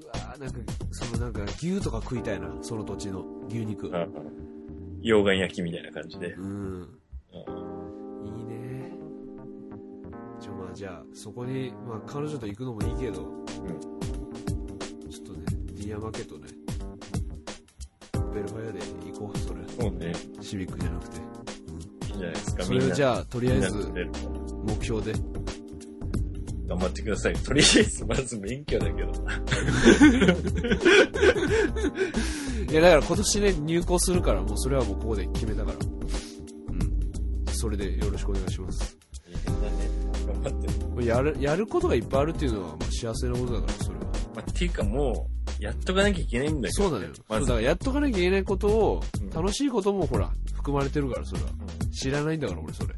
[SPEAKER 1] うわーなんか、そのなんか、牛とか食いたいな、その土地の牛肉。
[SPEAKER 2] うん溶岩焼きみたいな感じで。
[SPEAKER 1] うん。
[SPEAKER 2] うん
[SPEAKER 1] いいね。ちょ、まあじゃあ、そこに、まあ彼女と行くのもいいけど、ちょっとね、ディアマーケットね、ベルファイアで行こう、それ。
[SPEAKER 2] そうね。
[SPEAKER 1] シビックじゃなくて。
[SPEAKER 2] いいじゃないですか。
[SPEAKER 1] それをじ
[SPEAKER 2] ゃ
[SPEAKER 1] ゃあ、とりあえず、
[SPEAKER 2] 頑
[SPEAKER 1] 目標で。
[SPEAKER 2] 張ってください。とりあえず、まず免許だけど。
[SPEAKER 1] いや、だから今年ね、入校するから、もうそれはもうここで決めたから。うん。それでよろしくお願いします。
[SPEAKER 2] いいね頑張って。
[SPEAKER 1] やる、やることがいっぱいあるっていうのは、まあ幸せなことだから、それは。
[SPEAKER 2] まあ、っていうかもう、やっとかなきゃいけないんだけ
[SPEAKER 1] そ
[SPEAKER 2] ど、
[SPEAKER 1] うなのよ。そ
[SPEAKER 2] ま
[SPEAKER 1] うだ
[SPEAKER 2] ず
[SPEAKER 1] か、らやっとかなきゃいけないことを
[SPEAKER 2] うん、
[SPEAKER 1] 楽しいこともほら、含まれてるから、それは。知らないんだから、俺、それ。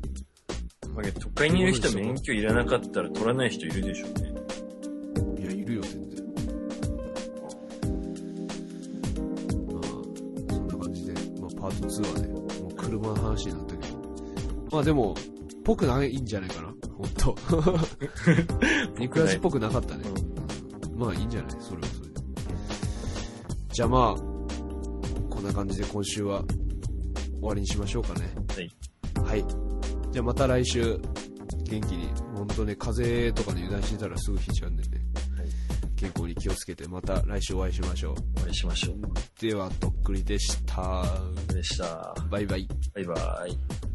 [SPEAKER 2] まあ、都会にいる人免許いらなかったら取らない人いるでしょうね。
[SPEAKER 1] いや、いるよ、全然。まあ、そんな感じで、まあ、パート2はね、もう車の話になったけど。まあでも、ぽくないんじゃないかな、ほん と。肉味っぽくなかったね。まあいいんじゃないそれはそれで。じゃあまあ、こんな感じで今週は終わりにしましょうかね。はい。じゃあまた来週、元気に、本当ね、風邪とかに油断してたらすぐひいちゃうんでね。
[SPEAKER 2] はい
[SPEAKER 1] 健康に気をつけて、また来週お会いしましょう。
[SPEAKER 2] お会いしましょう。
[SPEAKER 1] では、とっくりでした。
[SPEAKER 2] でした。
[SPEAKER 1] バイバイ。
[SPEAKER 2] バイバイ。